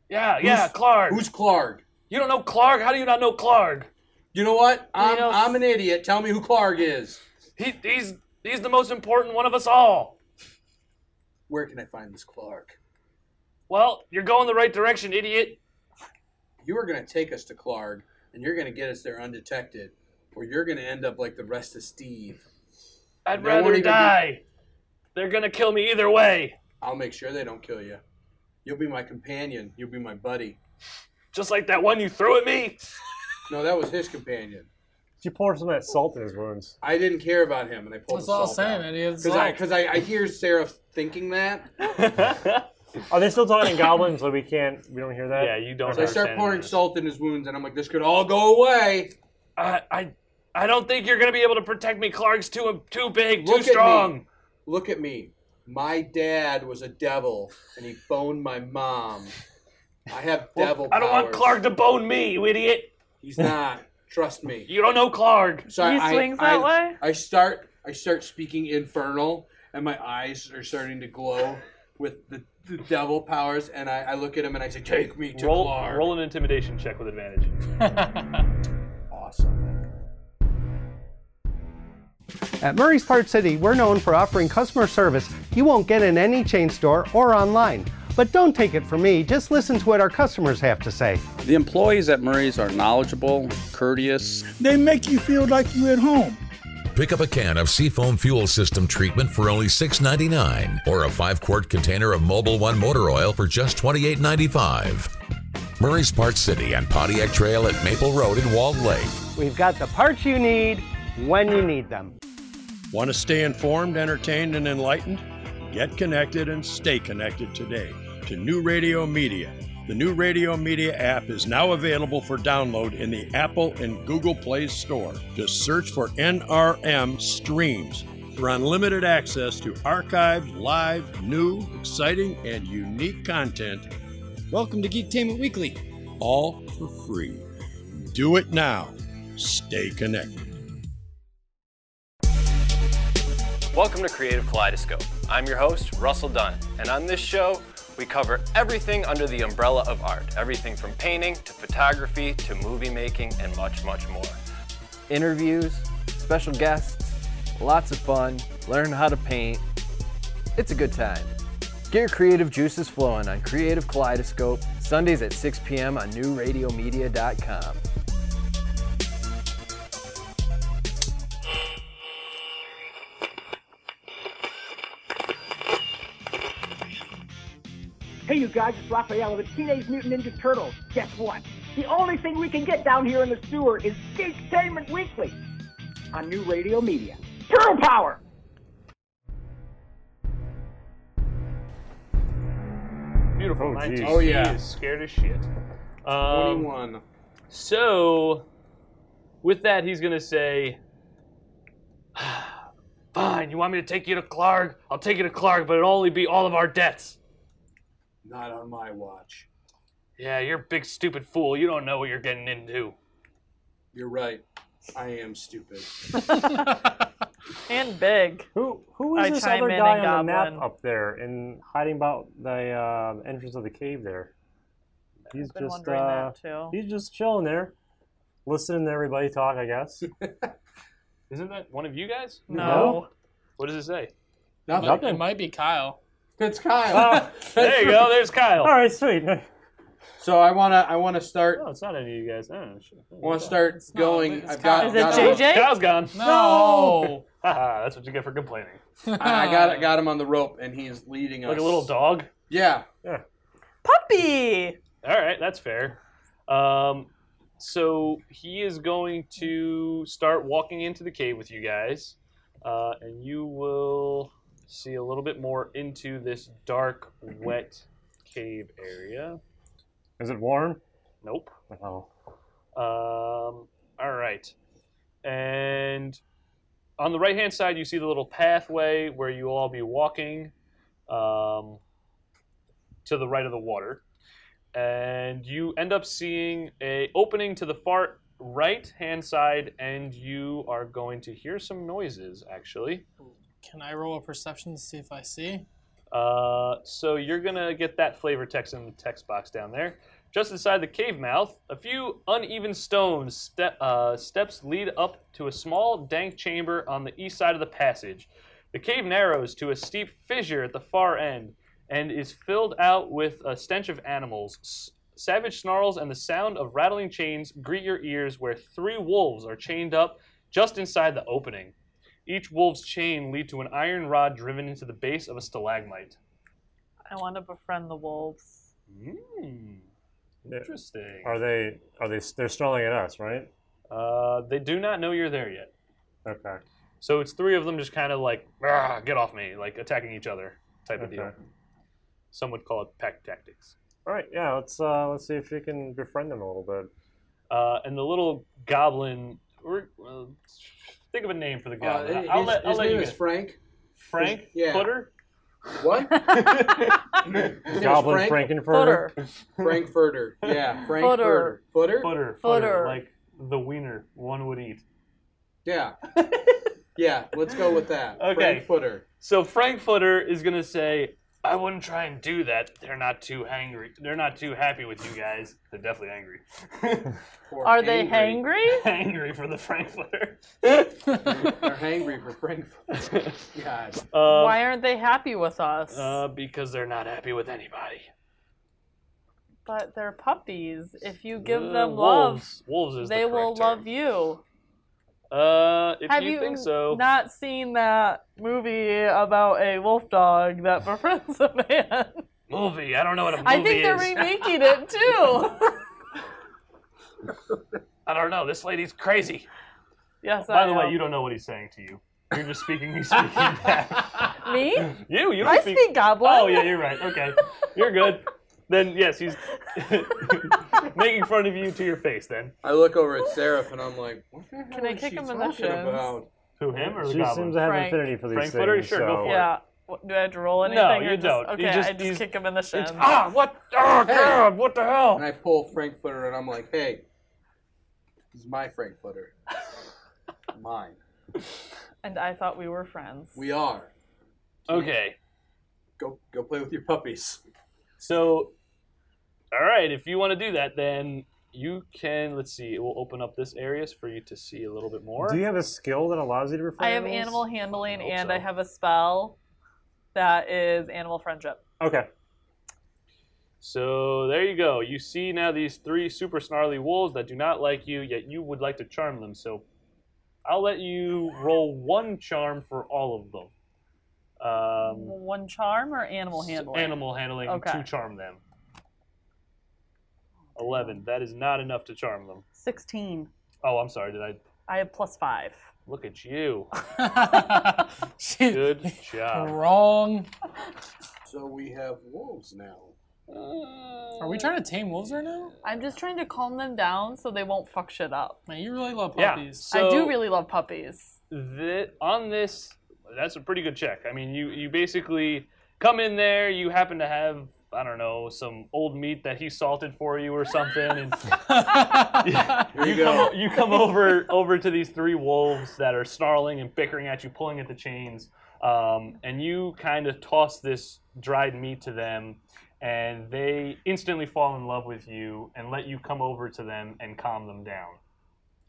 Speaker 4: Yeah, yeah, Clark.
Speaker 1: Who's Clark?
Speaker 4: You don't know Clark? How do you not know Clark?
Speaker 1: You know what? I'm
Speaker 4: know-
Speaker 1: I'm an idiot. Tell me who Clark is.
Speaker 4: He, he's he's the most important one of us all.
Speaker 1: Where can I find this Clark?
Speaker 4: Well, you're going the right direction, idiot.
Speaker 1: You are going to take us to Clark, and you're going to get us there undetected, or you're going to end up like the rest of Steve.
Speaker 4: I'd
Speaker 1: They won't
Speaker 4: rather
Speaker 1: even be-
Speaker 4: die. They're gonna kill me either way.
Speaker 1: I'll make sure they don't kill you. You'll be my companion. You'll be my buddy.
Speaker 4: Just like that one you threw at me.
Speaker 1: No, that was his companion.
Speaker 3: She pours some of that salt in his wounds.
Speaker 1: I didn't care about him, and I pulled
Speaker 5: That's
Speaker 1: the
Speaker 5: all I'm
Speaker 1: salt
Speaker 5: saying,
Speaker 1: out.
Speaker 5: man. It's
Speaker 1: Because I,
Speaker 5: salt.
Speaker 1: because I, I hear Sarah thinking that,
Speaker 3: Are they still talking goblins? So we can't. We don't hear that.
Speaker 4: Yeah, you don't.
Speaker 1: So I start pouring salt in his wounds, and I'm like, this could all go away.
Speaker 4: I, I, I don't think you're gonna be able to protect me. Clark's too too big, too
Speaker 1: Look at
Speaker 4: strong.
Speaker 1: me. Look at me. My dad was a devil, and he boned my mom. I have devil.
Speaker 4: I don't want
Speaker 1: powers.
Speaker 4: Clark to bone me, you idiot.
Speaker 1: He's not. Trust me.
Speaker 4: You don't know Clark.
Speaker 1: So I- I- I-
Speaker 4: way.
Speaker 1: I start. I start speaking infernal, and my eyes are starting to glow with the, the devil powers. And I, I look at him and I say, "Take me to
Speaker 4: roll,
Speaker 1: Clark."
Speaker 4: roll an intimidation check with advantage.
Speaker 1: awesome.
Speaker 16: At Murray's Part City, we're known for offering customer service you won't get in any chain store or online. But don't take it from me, just listen to what our customers have to say.
Speaker 17: The employees at Murray's are knowledgeable, courteous.
Speaker 7: They make you feel like you're at home.
Speaker 18: Pick up a can of Seafoam Fuel System treatment for only $6.99 or a 5 quart container of Mobile One motor oil for just $28.95. Murray's Park City and Pontiac Trail at Maple Road in Walled Lake.
Speaker 16: We've got the parts you need when you need them.
Speaker 7: Want to stay informed, entertained, and enlightened? Get connected and stay connected today to New Radio Media. The New Radio Media app is now available for download in the Apple and Google Play Store. Just search for NRM Streams for unlimited access to archived, live, new, exciting, and unique content. Welcome to Geektainment Weekly. All for free. Do it now. Stay connected.
Speaker 10: Welcome to Creative Kaleidoscope. I'm your host, Russell Dunn, and on this show, we cover everything under the umbrella of art everything from painting to photography to movie making and much, much more.
Speaker 19: Interviews, special guests, lots of fun, learn how to paint. It's a good time. Get your creative juices flowing on Creative Kaleidoscope, Sundays at 6 p.m. on newradiomedia.com.
Speaker 20: Hey, you guys, it's Raphael of the Teenage Mutant Ninja Turtles. Guess what? The only thing we can get down here in the sewer is Geektainment Weekly on New Radio Media. Turtle Power!
Speaker 4: Beautiful.
Speaker 1: Oh,
Speaker 4: 19.
Speaker 1: geez. Oh, yeah.
Speaker 4: He is scared as shit. Um,
Speaker 1: 21.
Speaker 4: So, with that, he's going to say, Fine, you want me to take you to Clark? I'll take you to Clark, but it'll only be all of our debts.
Speaker 1: Not on my watch.
Speaker 4: Yeah, you're a big, stupid fool. You don't know what you're getting into.
Speaker 1: You're right. I am stupid.
Speaker 2: And big.
Speaker 3: Who Who is
Speaker 2: I
Speaker 3: this
Speaker 2: chime
Speaker 3: other
Speaker 2: in
Speaker 3: guy
Speaker 2: and
Speaker 3: on the
Speaker 2: goblin.
Speaker 3: map up there and hiding about the uh, entrance of the cave there? He's
Speaker 2: been
Speaker 3: just
Speaker 2: wondering
Speaker 3: uh,
Speaker 2: that, too.
Speaker 3: he's just chilling there, listening to everybody talk. I guess.
Speaker 4: Isn't that one of you guys?
Speaker 3: No. No.
Speaker 4: What does it say?
Speaker 3: Nothing. Nothing.
Speaker 4: It might be Kyle.
Speaker 1: It's Kyle.
Speaker 4: Ah,
Speaker 5: Oh,
Speaker 4: there you go. There's Kyle.
Speaker 3: All right, sweet.
Speaker 1: So I wanna I wanna start.
Speaker 4: No, it's not any of you guys. I don't know.
Speaker 1: wanna start going. I've got.
Speaker 4: Kyle. Is it
Speaker 1: got-
Speaker 4: JJ? Kyle's gone. No. Haha, That's what you get for complaining.
Speaker 1: I, I got
Speaker 5: Ah.
Speaker 1: I got him on the rope, and he's leading us
Speaker 4: Like a little dog?
Speaker 1: Yeah.
Speaker 4: Yeah.
Speaker 2: Puppy.
Speaker 4: All right, that's fair. Um, so he is going to start walking into the cave with you guys, uh, and you will see a little bit more into this dark, wet cave area.
Speaker 3: Is it warm?
Speaker 4: Nope.
Speaker 3: Oh.
Speaker 4: Um, all right. And on the right hand side, you see the little pathway where you'll all be walking um, to the right of the water. And you end up seeing a opening to the far right hand side, and you are going to hear some noises actually.
Speaker 5: Can I roll a perception to see if I see?
Speaker 4: Uh, so you're gonna get that flavor text in the text box down there. Just inside the cave mouth, a few uneven stones ste- uh, steps lead up to a small, dank chamber on the east side of the passage. The cave narrows to a steep fissure at the far end and is filled out with a stench of animals. S- savage snarls and the sound of rattling chains greet your ears, where three wolves are chained up just inside the opening. Each wolf's chain lead to an iron rod driven into the base of a stalagmite.
Speaker 2: I want to befriend the wolves.
Speaker 4: Mm. Interesting.
Speaker 3: Are they? Are they? They're snarling at us, right?
Speaker 4: Uh, they do not know you're there yet.
Speaker 3: Okay.
Speaker 4: "Ah, So it's three of them just kind of like, "Argh, get off me, like attacking each other type of deal. Some would call it peck tactics.
Speaker 3: All right, yeah, let's uh, let's see if we can befriend them a little bit.
Speaker 4: Uh, and the little goblin. we're- well, think of a name for the goblin.
Speaker 1: his-
Speaker 4: I'll let,
Speaker 1: Uh,
Speaker 4: I'll
Speaker 1: his
Speaker 4: let
Speaker 1: name
Speaker 4: you
Speaker 1: is
Speaker 4: guess.
Speaker 1: Frank.
Speaker 4: Frank
Speaker 1: His- yeah.
Speaker 4: Footer.
Speaker 1: What? His name is
Speaker 3: Goblin
Speaker 1: Frank-
Speaker 3: Frankenfurter.
Speaker 1: Frank Furter. Yeah, Frank
Speaker 4: Footer.
Speaker 1: Furter. Footer.
Speaker 4: Footer. Like the wiener one would eat.
Speaker 1: Yeah. yeah. Let's go with that.
Speaker 4: Okay.
Speaker 1: Frank Footer.
Speaker 4: So Frank Footer is gonna say, "I wouldn't try and do that. They're not too angry. They're not too happy with you guys. They're definitely angry.
Speaker 2: Are they hangry?
Speaker 4: Hangry for the Frank Footer.
Speaker 1: They're hangry for Frank. Footer. God.
Speaker 2: Why aren't they happy with us?
Speaker 4: Um, Uh, because they're not happy with anybody.
Speaker 2: but they're puppies. If you give
Speaker 4: Uh,
Speaker 2: them
Speaker 4: wolves. Wolves
Speaker 2: love,
Speaker 4: is
Speaker 2: they
Speaker 4: the
Speaker 2: will
Speaker 4: correct
Speaker 2: love you.
Speaker 4: term. Uh, if
Speaker 2: Have
Speaker 4: you, think so,
Speaker 2: not seen that movie about a wolf dog that befriends a man?
Speaker 4: movie. I don't know what a movie
Speaker 2: I think
Speaker 4: is.
Speaker 2: they're remaking it too.
Speaker 4: I don't know. This lady's crazy.
Speaker 2: yes,
Speaker 4: By
Speaker 2: I
Speaker 4: the
Speaker 2: am.
Speaker 4: way, you don't know what he's saying to you. You're just speaking. He's speaking back.
Speaker 2: Me?
Speaker 4: You. You. Don't
Speaker 2: I speak goblin.
Speaker 4: Oh yeah, you're right. Okay, you're good. Then yes, he's making fun of you to your face. Then
Speaker 1: I look over at Seraph and I'm like, what the hell
Speaker 2: Can I
Speaker 1: is
Speaker 2: kick
Speaker 1: she
Speaker 2: him in the
Speaker 1: talking
Speaker 2: shins?
Speaker 1: about?
Speaker 4: Who him or the
Speaker 3: She
Speaker 4: goblin?
Speaker 3: seems to have infinity for these
Speaker 4: Frank
Speaker 3: things.
Speaker 4: Footer? Sure, go
Speaker 3: so-
Speaker 4: for it.
Speaker 2: Yeah. What, do I have to roll anything?
Speaker 4: No,
Speaker 2: or
Speaker 4: you
Speaker 2: just,
Speaker 4: don't.
Speaker 2: Okay,
Speaker 4: You just-
Speaker 2: I
Speaker 4: you-
Speaker 2: just kick him in the shin.
Speaker 3: Um,
Speaker 4: ah, what? Oh God, what the hell?
Speaker 1: And I pull Frank Footer and I'm like, hey, this is my Frank Footer. Mine.
Speaker 2: And I thought we were friends.
Speaker 1: We are.
Speaker 4: Okay.
Speaker 1: Go go play with your puppies.
Speaker 4: So, all right, if you want to do that, then you can. Let's see. It will open up this areas for you to see a little bit more.
Speaker 3: Do you have a skill that allows you to befriend?
Speaker 2: I have
Speaker 3: animals?
Speaker 2: animal handling
Speaker 4: hope
Speaker 2: and
Speaker 4: so.
Speaker 2: I have a spell that is animal friendship.
Speaker 3: Okay.
Speaker 4: So there you go. You see now these three super snarly wolves that do not like you, yet you would like to charm them. So I'll let you roll one charm for all of them. Um,
Speaker 2: One charm or animal
Speaker 4: s-
Speaker 2: handling?
Speaker 4: Animal handling
Speaker 2: Okay.
Speaker 4: to charm them. Eleven. That is not enough to charm them.
Speaker 2: 16.
Speaker 4: Oh, I'm sorry. Did I
Speaker 2: I have plus five.
Speaker 4: look at you? Good job.
Speaker 5: Wrong.
Speaker 1: So we have wolves now.
Speaker 5: Are we trying to tame wolves right now?
Speaker 2: I'm just trying to calm them down so they won't fuck shit up.
Speaker 5: Man, you really love
Speaker 4: Yeah,
Speaker 5: puppies.
Speaker 2: I
Speaker 4: so-
Speaker 2: do really love puppies.
Speaker 4: Th on this, that's a pretty good check. I mean, you you basically come in there. You happen to have I don't know some old meat that he salted for you or something, and you, come o- you come over over to these three wolves that are snarling and bickering at you, pulling at the chains, um, and you kind of toss this dried meat to them. And they instantly fall in love with you and let you come over to them and calm them down.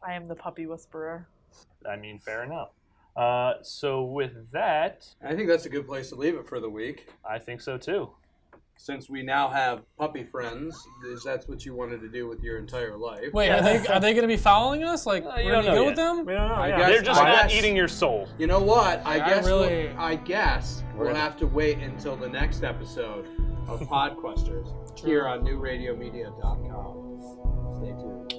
Speaker 2: I am the puppy whisperer.
Speaker 4: I mean, fair enough. Uh, so with that,
Speaker 1: I think that's a good place to leave it for the week.
Speaker 4: I think so too.
Speaker 1: Since we now have puppy friends, is that's what you wanted to do with your entire life?
Speaker 5: Wait, are they are they gonna be following us? Like,
Speaker 4: Uh, you
Speaker 5: we're
Speaker 4: don't know
Speaker 5: gonna go
Speaker 4: yet.
Speaker 5: with them?
Speaker 3: We don't know.
Speaker 1: I
Speaker 5: yeah.
Speaker 1: guess-
Speaker 4: They're just
Speaker 1: I
Speaker 4: not
Speaker 1: guess-
Speaker 4: eating your soul.
Speaker 1: You know what? I
Speaker 5: I
Speaker 1: guess
Speaker 5: really-
Speaker 1: we'll, I guess we'll
Speaker 4: gonna-
Speaker 1: have to wait until the next episode of Podquesters here on NewRadioMedia.com. Stay tuned.